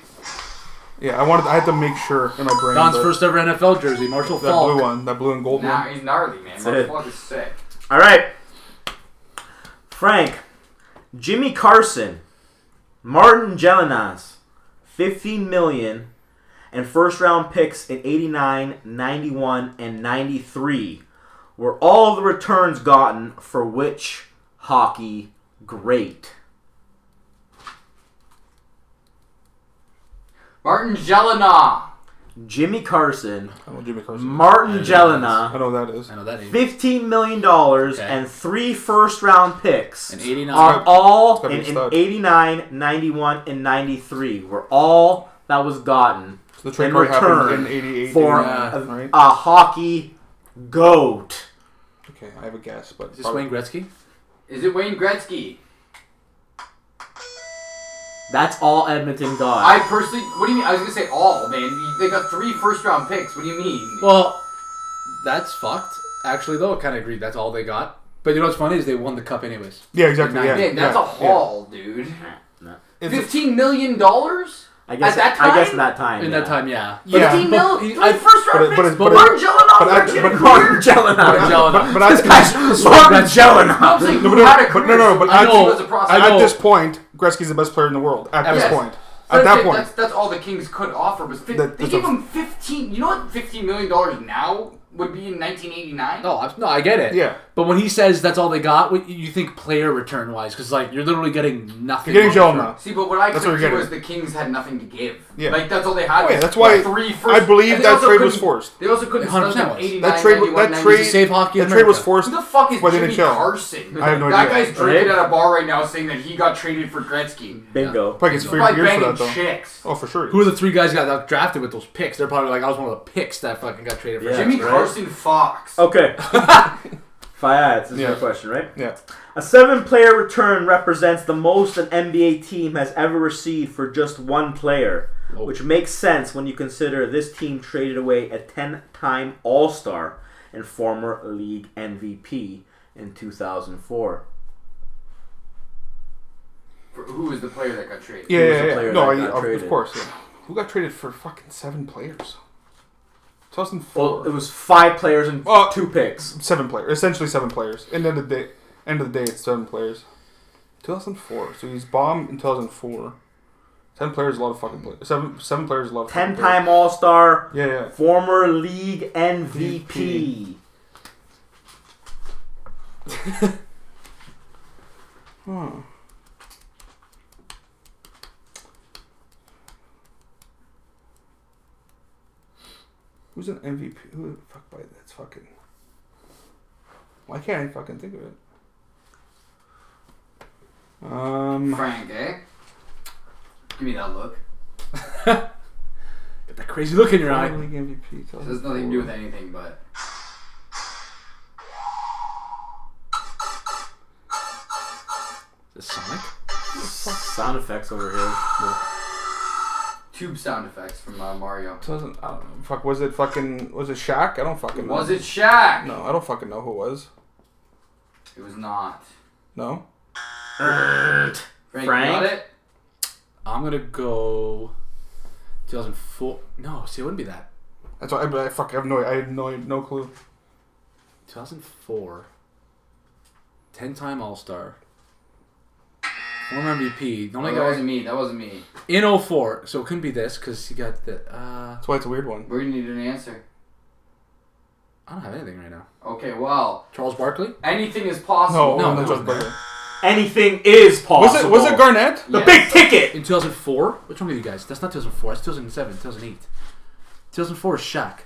Speaker 2: I wanted. I had to make sure in my brain.
Speaker 4: Don's
Speaker 2: that-
Speaker 4: first ever NFL jersey. Marshall
Speaker 2: That
Speaker 4: Falk.
Speaker 2: blue one. That blue and gold
Speaker 6: Nah,
Speaker 2: one.
Speaker 6: he's gnarly, man.
Speaker 3: it.
Speaker 6: Marshall Falk is sick.
Speaker 3: All right. Frank, Jimmy Carson, Martin Jelinas, 15 million and first round picks in 89, 91 and 93 were all the returns gotten for which hockey great?
Speaker 6: Martin Jelena.
Speaker 3: Jimmy Carson,
Speaker 2: I know Oh, Jimmy Carson.
Speaker 3: Martin
Speaker 2: I
Speaker 3: Jelena,
Speaker 2: know who that is.
Speaker 4: I know that name.
Speaker 3: 15 million dollars
Speaker 4: Okay.
Speaker 3: and three first round picks.
Speaker 4: And 89.
Speaker 3: are all
Speaker 2: gotta be
Speaker 3: in,
Speaker 2: a
Speaker 3: in
Speaker 2: stud.
Speaker 3: 89, 91, and 93 were all that was gotten
Speaker 2: So the trade
Speaker 3: in
Speaker 2: probably
Speaker 3: return
Speaker 2: happened in '88.
Speaker 3: for
Speaker 4: yeah,
Speaker 3: a,
Speaker 2: right?
Speaker 3: a hockey goat.
Speaker 2: Okay, I have a guess, but
Speaker 4: Is this
Speaker 2: probably-
Speaker 4: Wayne Gretzky?
Speaker 6: Is it Wayne Gretzky?
Speaker 3: That's all Edmonton got.
Speaker 6: I personally, what do you mean? I was gonna say all, man. They got three first round picks. What do you mean?
Speaker 4: Well, that's fucked. Actually, though, I kind of agree. That's all they got. But you know what's funny is they won the cup anyways.
Speaker 2: Yeah, exactly.
Speaker 4: Nine
Speaker 2: Yeah,
Speaker 6: Big, that's
Speaker 2: yeah,
Speaker 6: a haul, dude.
Speaker 3: No.
Speaker 2: yeah. It's-
Speaker 6: Fifteen million dollars?
Speaker 3: I guess.
Speaker 6: that
Speaker 3: I guess
Speaker 6: time?
Speaker 3: that time.
Speaker 4: in
Speaker 3: yeah.
Speaker 4: that time, yeah.
Speaker 2: Yeah.
Speaker 6: 15 mil
Speaker 4: But he-
Speaker 6: three
Speaker 4: I-
Speaker 6: first
Speaker 2: but it-
Speaker 6: round
Speaker 2: but
Speaker 6: picks.
Speaker 2: it- but it-
Speaker 6: Margelinoff,
Speaker 2: but I-
Speaker 6: Virginia
Speaker 2: but-
Speaker 6: Carter.
Speaker 3: Margelinoff.
Speaker 4: Margelinoff.
Speaker 2: But
Speaker 3: This
Speaker 2: at,
Speaker 3: guy's
Speaker 6: No, I'm
Speaker 3: Margelinoff.
Speaker 6: saying
Speaker 2: no, but
Speaker 6: who had a
Speaker 2: no, but no, no, but
Speaker 6: career
Speaker 2: I
Speaker 6: as
Speaker 4: know-
Speaker 6: a prospect.
Speaker 4: I
Speaker 2: at
Speaker 4: know.
Speaker 2: this point, Gretzky's the best player in the world. At this
Speaker 6: Yes.
Speaker 2: point,
Speaker 6: But
Speaker 2: at that
Speaker 6: that's-
Speaker 2: point,
Speaker 6: that's, that's all the Kings could offer was fif-
Speaker 2: That-
Speaker 6: they
Speaker 2: that's
Speaker 6: gave
Speaker 2: a-
Speaker 6: him fifteen. You know what fifteen million dollars now would be in nineteen eighty nine.
Speaker 4: No, I, Oh, no, I get it.
Speaker 2: Yeah.
Speaker 4: But when he says that's all they got, what, you think player return wise? Because like you're literally getting nothing.
Speaker 2: you're getting
Speaker 4: in
Speaker 2: Joel
Speaker 4: return.
Speaker 2: now.
Speaker 6: See, but what I
Speaker 2: That's
Speaker 6: could
Speaker 2: what
Speaker 6: do
Speaker 2: you're
Speaker 6: was
Speaker 2: getting
Speaker 6: the Kings had nothing to give.
Speaker 2: Yeah.
Speaker 6: Like that's all they had.
Speaker 2: Oh, yeah,
Speaker 6: was
Speaker 2: that's why
Speaker 6: three first.
Speaker 2: I believe
Speaker 6: and they
Speaker 2: that
Speaker 6: also
Speaker 2: trade was
Speaker 6: couldn't-
Speaker 2: forced.
Speaker 6: They also couldn't start
Speaker 4: 100%
Speaker 6: them
Speaker 4: was.
Speaker 6: 89,
Speaker 2: That trade,
Speaker 6: 91,
Speaker 2: that trade,
Speaker 4: Save hockey in
Speaker 2: that trade was
Speaker 4: America.
Speaker 2: forced.
Speaker 6: Who the fuck is
Speaker 2: by the
Speaker 6: Jimmy
Speaker 2: NHL.
Speaker 6: Carson?
Speaker 2: I have no
Speaker 6: that
Speaker 2: idea.
Speaker 6: guy's drinking
Speaker 3: Right?
Speaker 6: at a bar right now, saying that he got traded for Gretzky.
Speaker 3: Bingo.
Speaker 2: Probably gets
Speaker 6: He's
Speaker 2: free
Speaker 6: probably
Speaker 2: beers for
Speaker 6: banging
Speaker 2: that though.
Speaker 6: chicks.
Speaker 2: Oh, for sure.
Speaker 4: Who are the three guys that got drafted with those picks? They're probably like, I was one of the picks that fucking got traded for.
Speaker 3: Yeah.
Speaker 4: Jimmy.
Speaker 6: Jimmy
Speaker 3: right. Oh.
Speaker 6: Carson Fox.
Speaker 3: Okay. Fiat, this is your
Speaker 2: Yeah.
Speaker 3: question, right?
Speaker 2: Yeah.
Speaker 3: A seven player return represents the most an NBA team has ever received for just one player,
Speaker 2: Oh.
Speaker 3: which makes sense when you consider this team traded away a 10 time All Star and former league MVP in 2004.
Speaker 6: For- Who was the player that got traded?
Speaker 2: Yeah,
Speaker 3: was
Speaker 2: yeah,
Speaker 3: the
Speaker 2: yeah.
Speaker 3: player
Speaker 2: No,
Speaker 3: that
Speaker 2: I,
Speaker 3: got
Speaker 2: of,
Speaker 3: traded?
Speaker 2: of course. Yeah. Who got traded for fucking seven players? 2004.
Speaker 3: Well, it was five players and
Speaker 2: Oh.
Speaker 3: two picks.
Speaker 2: seven players, essentially seven players. And then the day, end of the day, it's seven players. 2004. So he's bombed in 2004. Ten players, a lot of fucking players. Seven, seven players, a lot of.
Speaker 3: 10
Speaker 2: fucking
Speaker 3: time All Star,
Speaker 2: Players. Yeah, yeah.
Speaker 3: former league MVP.
Speaker 2: Who's an MVP? Who the fuck by that's fucking. Why can't I fucking think of it? Um.
Speaker 6: Frank, eh? Give me that look.
Speaker 4: Got that crazy look in your
Speaker 2: Premier
Speaker 4: eye.
Speaker 2: League MVP.
Speaker 6: This has nothing to do with anything, but
Speaker 4: Is Sonic?
Speaker 3: Sound effects over here.
Speaker 6: tube sound effects from uh, Mario.
Speaker 2: 2000, I don't know. Fuck, was it fucking. Was it Shaq? I don't fucking know.
Speaker 6: Was it Shaq?
Speaker 2: No, I don't fucking know who it was.
Speaker 6: It was not.
Speaker 2: No?
Speaker 6: Frank,
Speaker 3: Frank?
Speaker 6: got it?
Speaker 4: I'm gonna go 2004. No, see, it wouldn't be that.
Speaker 2: That's why I, I fuck. I have no. I have no. No clue.
Speaker 4: 2004. 10 time All Star. Former MVP. The only
Speaker 6: No, that wasn't me. That wasn't me.
Speaker 4: guy in 04. So it couldn't be this because he got the. Uh,
Speaker 2: That's why it's a weird one.
Speaker 6: We're gonna need an answer.
Speaker 4: I don't have anything right now.
Speaker 6: Okay, well,
Speaker 4: Charles Barkley?
Speaker 6: anything is
Speaker 2: No,
Speaker 6: possible.
Speaker 4: No,
Speaker 2: no,
Speaker 4: no,
Speaker 2: that's
Speaker 4: no.
Speaker 2: what was
Speaker 3: Anything is possible.
Speaker 2: it? Was it Garnett?
Speaker 3: The
Speaker 6: Yes.
Speaker 3: big ticket.
Speaker 4: In 2004? Which one were you guys? That's not 2004. That's 2007, 2008. 2004 is Shaq.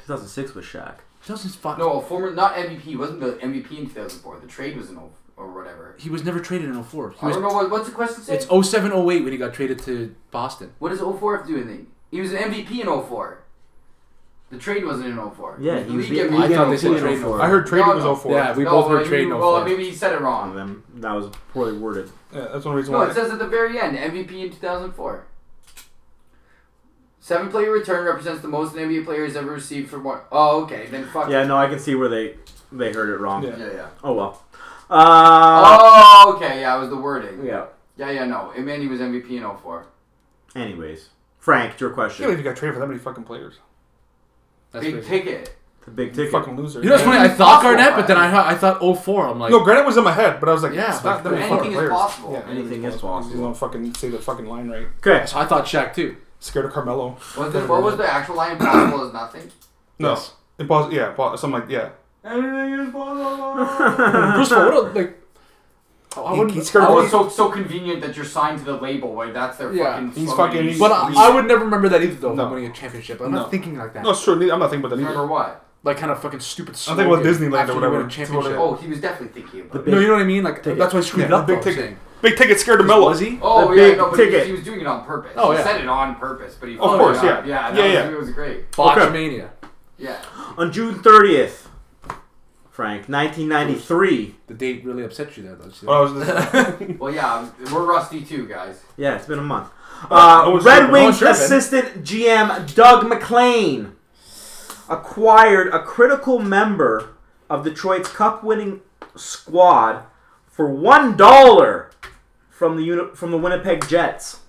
Speaker 3: 2006 was Shaq.
Speaker 4: 2005.
Speaker 6: No, a former not MVP he wasn't the MVP in 2004. The trade was in 0 or whatever.
Speaker 4: He was never traded in 04. He
Speaker 6: I
Speaker 4: was,
Speaker 6: don't know what, what's the question say.
Speaker 4: it's 07, 08 when he got traded to Boston.
Speaker 6: what does 04 have to do with anything? He was an MVP in 04. The trade wasn't in 04.
Speaker 3: Yeah, he was
Speaker 6: League
Speaker 3: the
Speaker 6: MVP
Speaker 4: I thought they said
Speaker 6: in 04.
Speaker 4: trade
Speaker 3: for.
Speaker 4: for-
Speaker 2: I heard trading
Speaker 6: No, no.
Speaker 2: was 04.
Speaker 4: Yeah, we
Speaker 6: No,
Speaker 4: both were
Speaker 6: well,
Speaker 4: trading
Speaker 6: you-
Speaker 4: 04.
Speaker 6: Well, maybe he said it
Speaker 3: of
Speaker 6: wrong.
Speaker 3: them. That was poorly worded.
Speaker 2: Yeah, that's one reason
Speaker 6: No,
Speaker 2: why.
Speaker 6: it says at the very end, MVP in 2004. Seven player return represents the most an NBA player has ever received for one. Oh, okay, then fuck.
Speaker 3: Yeah, no, I can see where they they heard it wrong.
Speaker 2: Yeah.
Speaker 6: yeah, yeah.
Speaker 3: Oh well. Uh,
Speaker 6: Oh, okay, yeah, it was the wording.
Speaker 3: Oh, yeah.
Speaker 6: Yeah, yeah, no. It meant he was MVP in 04.
Speaker 3: Anyways, Frank, your
Speaker 2: I can't
Speaker 3: question.
Speaker 2: believe you got traded for that many fucking players.
Speaker 4: That's
Speaker 6: Big
Speaker 4: crazy.
Speaker 6: ticket.
Speaker 3: The big ticket.
Speaker 2: Fucking loser.
Speaker 4: You know, it's funny. I
Speaker 6: It's
Speaker 4: thought
Speaker 6: possible,
Speaker 4: Garnett, but then I,
Speaker 6: right?
Speaker 4: I thought 04. I'm like,
Speaker 2: no, Garnett was in my head, but I was like,
Speaker 4: Yeah,
Speaker 2: yeah,
Speaker 4: but
Speaker 2: not that many
Speaker 6: anything
Speaker 2: fucking
Speaker 6: is
Speaker 2: players.
Speaker 6: possible.
Speaker 2: Yeah,
Speaker 3: Anything is
Speaker 2: You
Speaker 3: possible.
Speaker 2: don't fucking say the fucking line right.
Speaker 3: Okay.
Speaker 4: so I thought Shaq too.
Speaker 2: Scared of Carmelo.
Speaker 6: Was the, what was the actual line? Possible is nothing.
Speaker 2: No.
Speaker 4: Yes.
Speaker 2: Impossible. Yeah, po- something like yeah.
Speaker 6: Anything is possible.
Speaker 4: First of all, what a, like, I- I
Speaker 2: He-
Speaker 4: wouldn't.
Speaker 2: he's scared
Speaker 6: That
Speaker 2: of
Speaker 6: was so so convenient that you're signed to the label. Like that's their
Speaker 4: Yeah,
Speaker 6: fucking.
Speaker 2: he's
Speaker 6: slogan.
Speaker 2: fucking- he's-
Speaker 4: but I, I would never remember that either, though. if
Speaker 2: No.
Speaker 4: I'm winning a championship. I'm
Speaker 2: No.
Speaker 4: not thinking like that.
Speaker 2: No, it's true. I'm not thinking about that either.
Speaker 6: Remember what?
Speaker 4: Like kind of fucking stupid.
Speaker 2: I'm thinking about
Speaker 4: slogan
Speaker 2: Disneyland or
Speaker 4: after you win
Speaker 2: whatever.
Speaker 4: a
Speaker 2: It's about
Speaker 4: championship.
Speaker 2: it.
Speaker 6: Oh, he was definitely thinking about. it.
Speaker 4: No, you know what I mean. Like
Speaker 3: Ticket.
Speaker 4: that's why I screwed
Speaker 2: Yeah,
Speaker 4: up.
Speaker 2: big
Speaker 4: Big
Speaker 2: ticket. Big ticket scared of Mello.
Speaker 4: Was he?
Speaker 6: Oh
Speaker 3: The
Speaker 6: yeah,
Speaker 3: big
Speaker 6: no, but he was,
Speaker 3: ticket.
Speaker 6: he was doing it on purpose.
Speaker 4: Oh,
Speaker 6: he
Speaker 4: yeah.
Speaker 6: said it on purpose, but he.
Speaker 2: Of
Speaker 6: fucked
Speaker 2: course,
Speaker 6: it up.
Speaker 2: yeah.
Speaker 6: yeah, that
Speaker 2: Yeah,
Speaker 6: was,
Speaker 2: yeah.
Speaker 6: It was great.
Speaker 4: Botch mania.
Speaker 6: Yeah,
Speaker 3: On June 30th, Frank, 1993.
Speaker 4: The date really upset you there, though. see?
Speaker 2: Well, I was just,
Speaker 6: well, yeah, we're rusty too, guys.
Speaker 3: Yeah, it's been a month. Uh,
Speaker 2: no one's
Speaker 3: Red
Speaker 2: tripping. No
Speaker 3: Wings
Speaker 2: one's tripping.
Speaker 3: assistant GM Doug McLean acquired a critical member of Detroit's cup-winning squad for one dollar from the uni- from the Winnipeg Jets.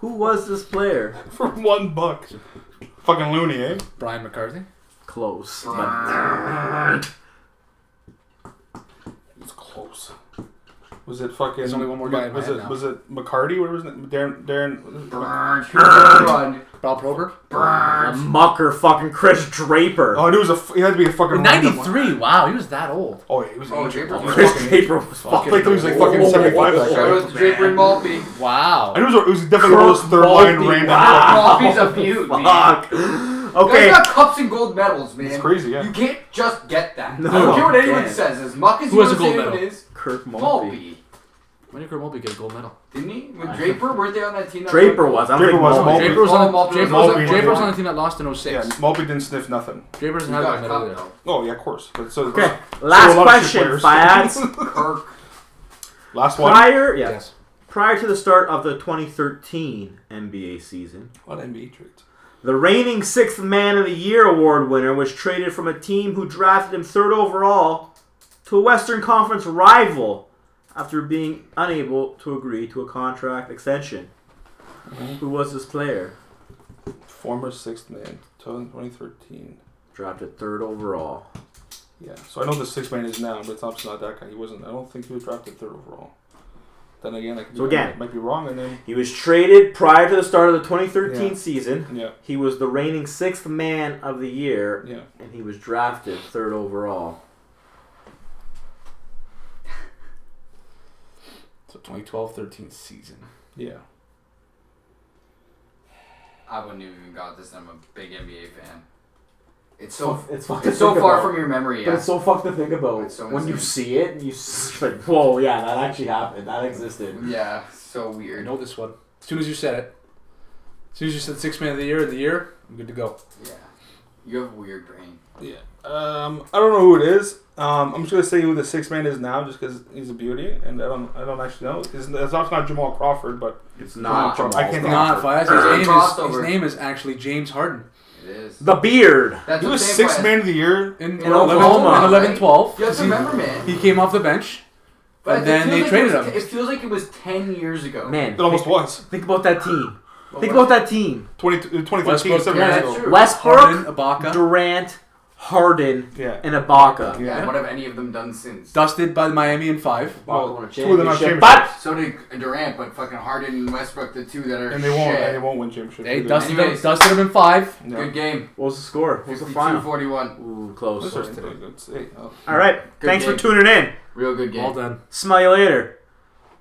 Speaker 3: Who was this player?
Speaker 2: for one buck. Fucking loony, eh?
Speaker 4: Brian McCarthy.
Speaker 3: Close. but-
Speaker 2: It was close. Was it fucking?
Speaker 4: There's only one more guy in my
Speaker 2: Was
Speaker 4: head
Speaker 2: it
Speaker 4: now.
Speaker 2: was it McCarty? What was it? Darren Darren.
Speaker 6: Run.
Speaker 4: Bob Probert.
Speaker 3: a mucker, fucking Chris Draper.
Speaker 2: Oh, it was a. f- He had to be a fucking. random one.
Speaker 4: 93. Wow, he was that old.
Speaker 2: Oh yeah, he was.
Speaker 6: Oh,
Speaker 2: ancient.
Speaker 6: Draper.
Speaker 2: He was
Speaker 3: Chris
Speaker 2: fucking-
Speaker 3: Draper was fucking.
Speaker 2: Played till he was like fucking
Speaker 4: Oh,
Speaker 2: seventy five. That
Speaker 6: Shout
Speaker 2: guy.
Speaker 6: out to Draper and Maltby.
Speaker 4: Wow.
Speaker 2: I knew it was, it was definitely one of those third
Speaker 3: Maltby,
Speaker 2: line random.
Speaker 3: wow.
Speaker 6: Maltby's a beaut, man.
Speaker 3: Fuck. Okay.
Speaker 6: Guys got cups and gold medals, man.
Speaker 2: It's crazy, yeah.
Speaker 6: You can't just get that. I don't care what anyone
Speaker 3: Damn.
Speaker 6: says. As muck as
Speaker 4: Who
Speaker 6: you
Speaker 4: has
Speaker 6: want
Speaker 4: a
Speaker 6: to say
Speaker 4: gold
Speaker 6: who it
Speaker 4: medal?
Speaker 6: is,
Speaker 3: Kirk Maltby.
Speaker 6: Maltby.
Speaker 4: When did Kurt Mulby get a gold medal?
Speaker 6: Didn't he? With Draper, weren't they on that team? that
Speaker 3: Draper
Speaker 6: won?
Speaker 3: was. I'm
Speaker 2: Draper
Speaker 3: thinking
Speaker 2: was.
Speaker 3: Maltby.
Speaker 2: Maltby.
Speaker 4: Draper was on,
Speaker 6: Oh, Maltby.
Speaker 4: Draper was on,
Speaker 2: Maltby.
Speaker 4: Draper was on the team that lost in 06.
Speaker 2: Yeah, Maltby didn't sniff nothing.
Speaker 4: Draper doesn't
Speaker 6: You
Speaker 4: have a
Speaker 6: got a
Speaker 4: medal
Speaker 6: cup,
Speaker 4: yet.
Speaker 6: though.
Speaker 2: Oh yeah, of course. But so,
Speaker 3: Okay.
Speaker 2: so
Speaker 3: Last
Speaker 2: a lot of
Speaker 3: question,
Speaker 2: shit players.
Speaker 3: Fayads.
Speaker 6: Kirk.
Speaker 2: Last one.
Speaker 3: Prior, yeah,
Speaker 4: Yes.
Speaker 3: prior to the start of the 2013 NBA season,
Speaker 2: What NBA trades?
Speaker 3: the reigning sixth man of the year award winner was traded from a team who drafted him third overall to a Western Conference rival after being unable to agree to a contract extension.
Speaker 2: Mm-hmm.
Speaker 3: Who was this player?
Speaker 2: Former sixth man, 2013.
Speaker 3: Drafted third overall.
Speaker 2: Yeah, so I know the sixth man is now, but Thompson not that guy. He wasn't. I don't think he was drafted third overall. Then again, I could
Speaker 3: So
Speaker 2: be,
Speaker 3: again-
Speaker 2: I might be wrong. And then
Speaker 3: He was traded prior to the start of the 2013
Speaker 2: Yeah.
Speaker 3: season.
Speaker 2: yeah,
Speaker 3: He was the reigning sixth man of the year,
Speaker 2: yeah.
Speaker 3: and he was drafted third overall.
Speaker 4: So 2012 13 season.
Speaker 2: Yeah.
Speaker 6: I wouldn't have even got this. I'm a big NBA fan. It's so
Speaker 3: It's fucking
Speaker 6: it's so
Speaker 3: think
Speaker 6: far
Speaker 3: about.
Speaker 6: from your memory.
Speaker 3: But
Speaker 6: Yeah.
Speaker 3: it's so fucked to think about
Speaker 6: It's so
Speaker 3: when you
Speaker 6: insane.
Speaker 3: see it and you s like, whoa, yeah, that actually happened. That existed.
Speaker 6: yeah. So
Speaker 4: I
Speaker 6: weird.
Speaker 4: know this one. As soon as you said it. As soon as you said six man of the year of the year, I'm good to go.
Speaker 6: Yeah. You have a weird brain.
Speaker 2: Yeah. Um, I don't know who it is. Um, I'm just gonna say who the sixth man is now, just because he's a beauty, and I don't, I don't actually know. It's, it's not not Jamal Crawford, but
Speaker 3: It's
Speaker 2: not Jamal
Speaker 3: I can't
Speaker 2: Crawford.
Speaker 3: think
Speaker 4: Nah,
Speaker 3: of
Speaker 4: Fias, his, name is, his
Speaker 6: Crossover.
Speaker 4: name is actually James Harden.
Speaker 6: It is.
Speaker 3: the beard.
Speaker 6: That's
Speaker 2: he
Speaker 6: the
Speaker 2: was
Speaker 6: same
Speaker 2: sixth
Speaker 6: class.
Speaker 2: man of the year.
Speaker 4: In, in
Speaker 3: Oklahoma.
Speaker 4: 11, in 11
Speaker 6: Right?
Speaker 4: 12.
Speaker 6: You have to
Speaker 4: he,
Speaker 6: remember, man.
Speaker 4: he came off the bench.
Speaker 6: But
Speaker 4: and
Speaker 6: it
Speaker 4: then
Speaker 6: feels
Speaker 4: they
Speaker 6: like
Speaker 4: traded
Speaker 6: it was,
Speaker 4: him.
Speaker 6: It feels like it was ten years ago.
Speaker 3: Oh, Man,
Speaker 2: It almost
Speaker 3: think,
Speaker 2: was
Speaker 3: think about that team. Think about that team.
Speaker 2: 20, uh, 2013,
Speaker 4: Westbrook,
Speaker 2: seven
Speaker 4: yeah,
Speaker 2: years
Speaker 6: that's
Speaker 2: ago.
Speaker 6: true.
Speaker 4: Harden,
Speaker 3: Westbrook,
Speaker 4: Ibaka.
Speaker 3: Durant, Harden,
Speaker 2: Yeah.
Speaker 3: and Ibaka.
Speaker 6: And
Speaker 2: Yeah.
Speaker 6: what have any of them done since?
Speaker 4: dusted by Miami in five.
Speaker 3: Ibaka
Speaker 2: Well,
Speaker 3: won a
Speaker 2: two of them are
Speaker 3: championship,
Speaker 2: championships.
Speaker 3: but
Speaker 6: So did Durant, but fucking Harden and Westbrook, the two that are
Speaker 2: And they won't.
Speaker 6: shit.
Speaker 2: And they won't win championship.
Speaker 4: They
Speaker 2: either.
Speaker 4: dusted, them,
Speaker 6: Anyways.
Speaker 4: dusted him in five.
Speaker 2: Yeah.
Speaker 6: Good game.
Speaker 3: what was the score? What was the final?
Speaker 6: 52-41.
Speaker 3: Ooh,
Speaker 2: Those
Speaker 3: close.
Speaker 2: are- that's- hey, oh.
Speaker 3: All right. Thanks for
Speaker 6: game.
Speaker 3: tuning in.
Speaker 6: Real good game.
Speaker 4: Well done.
Speaker 3: Smell you later.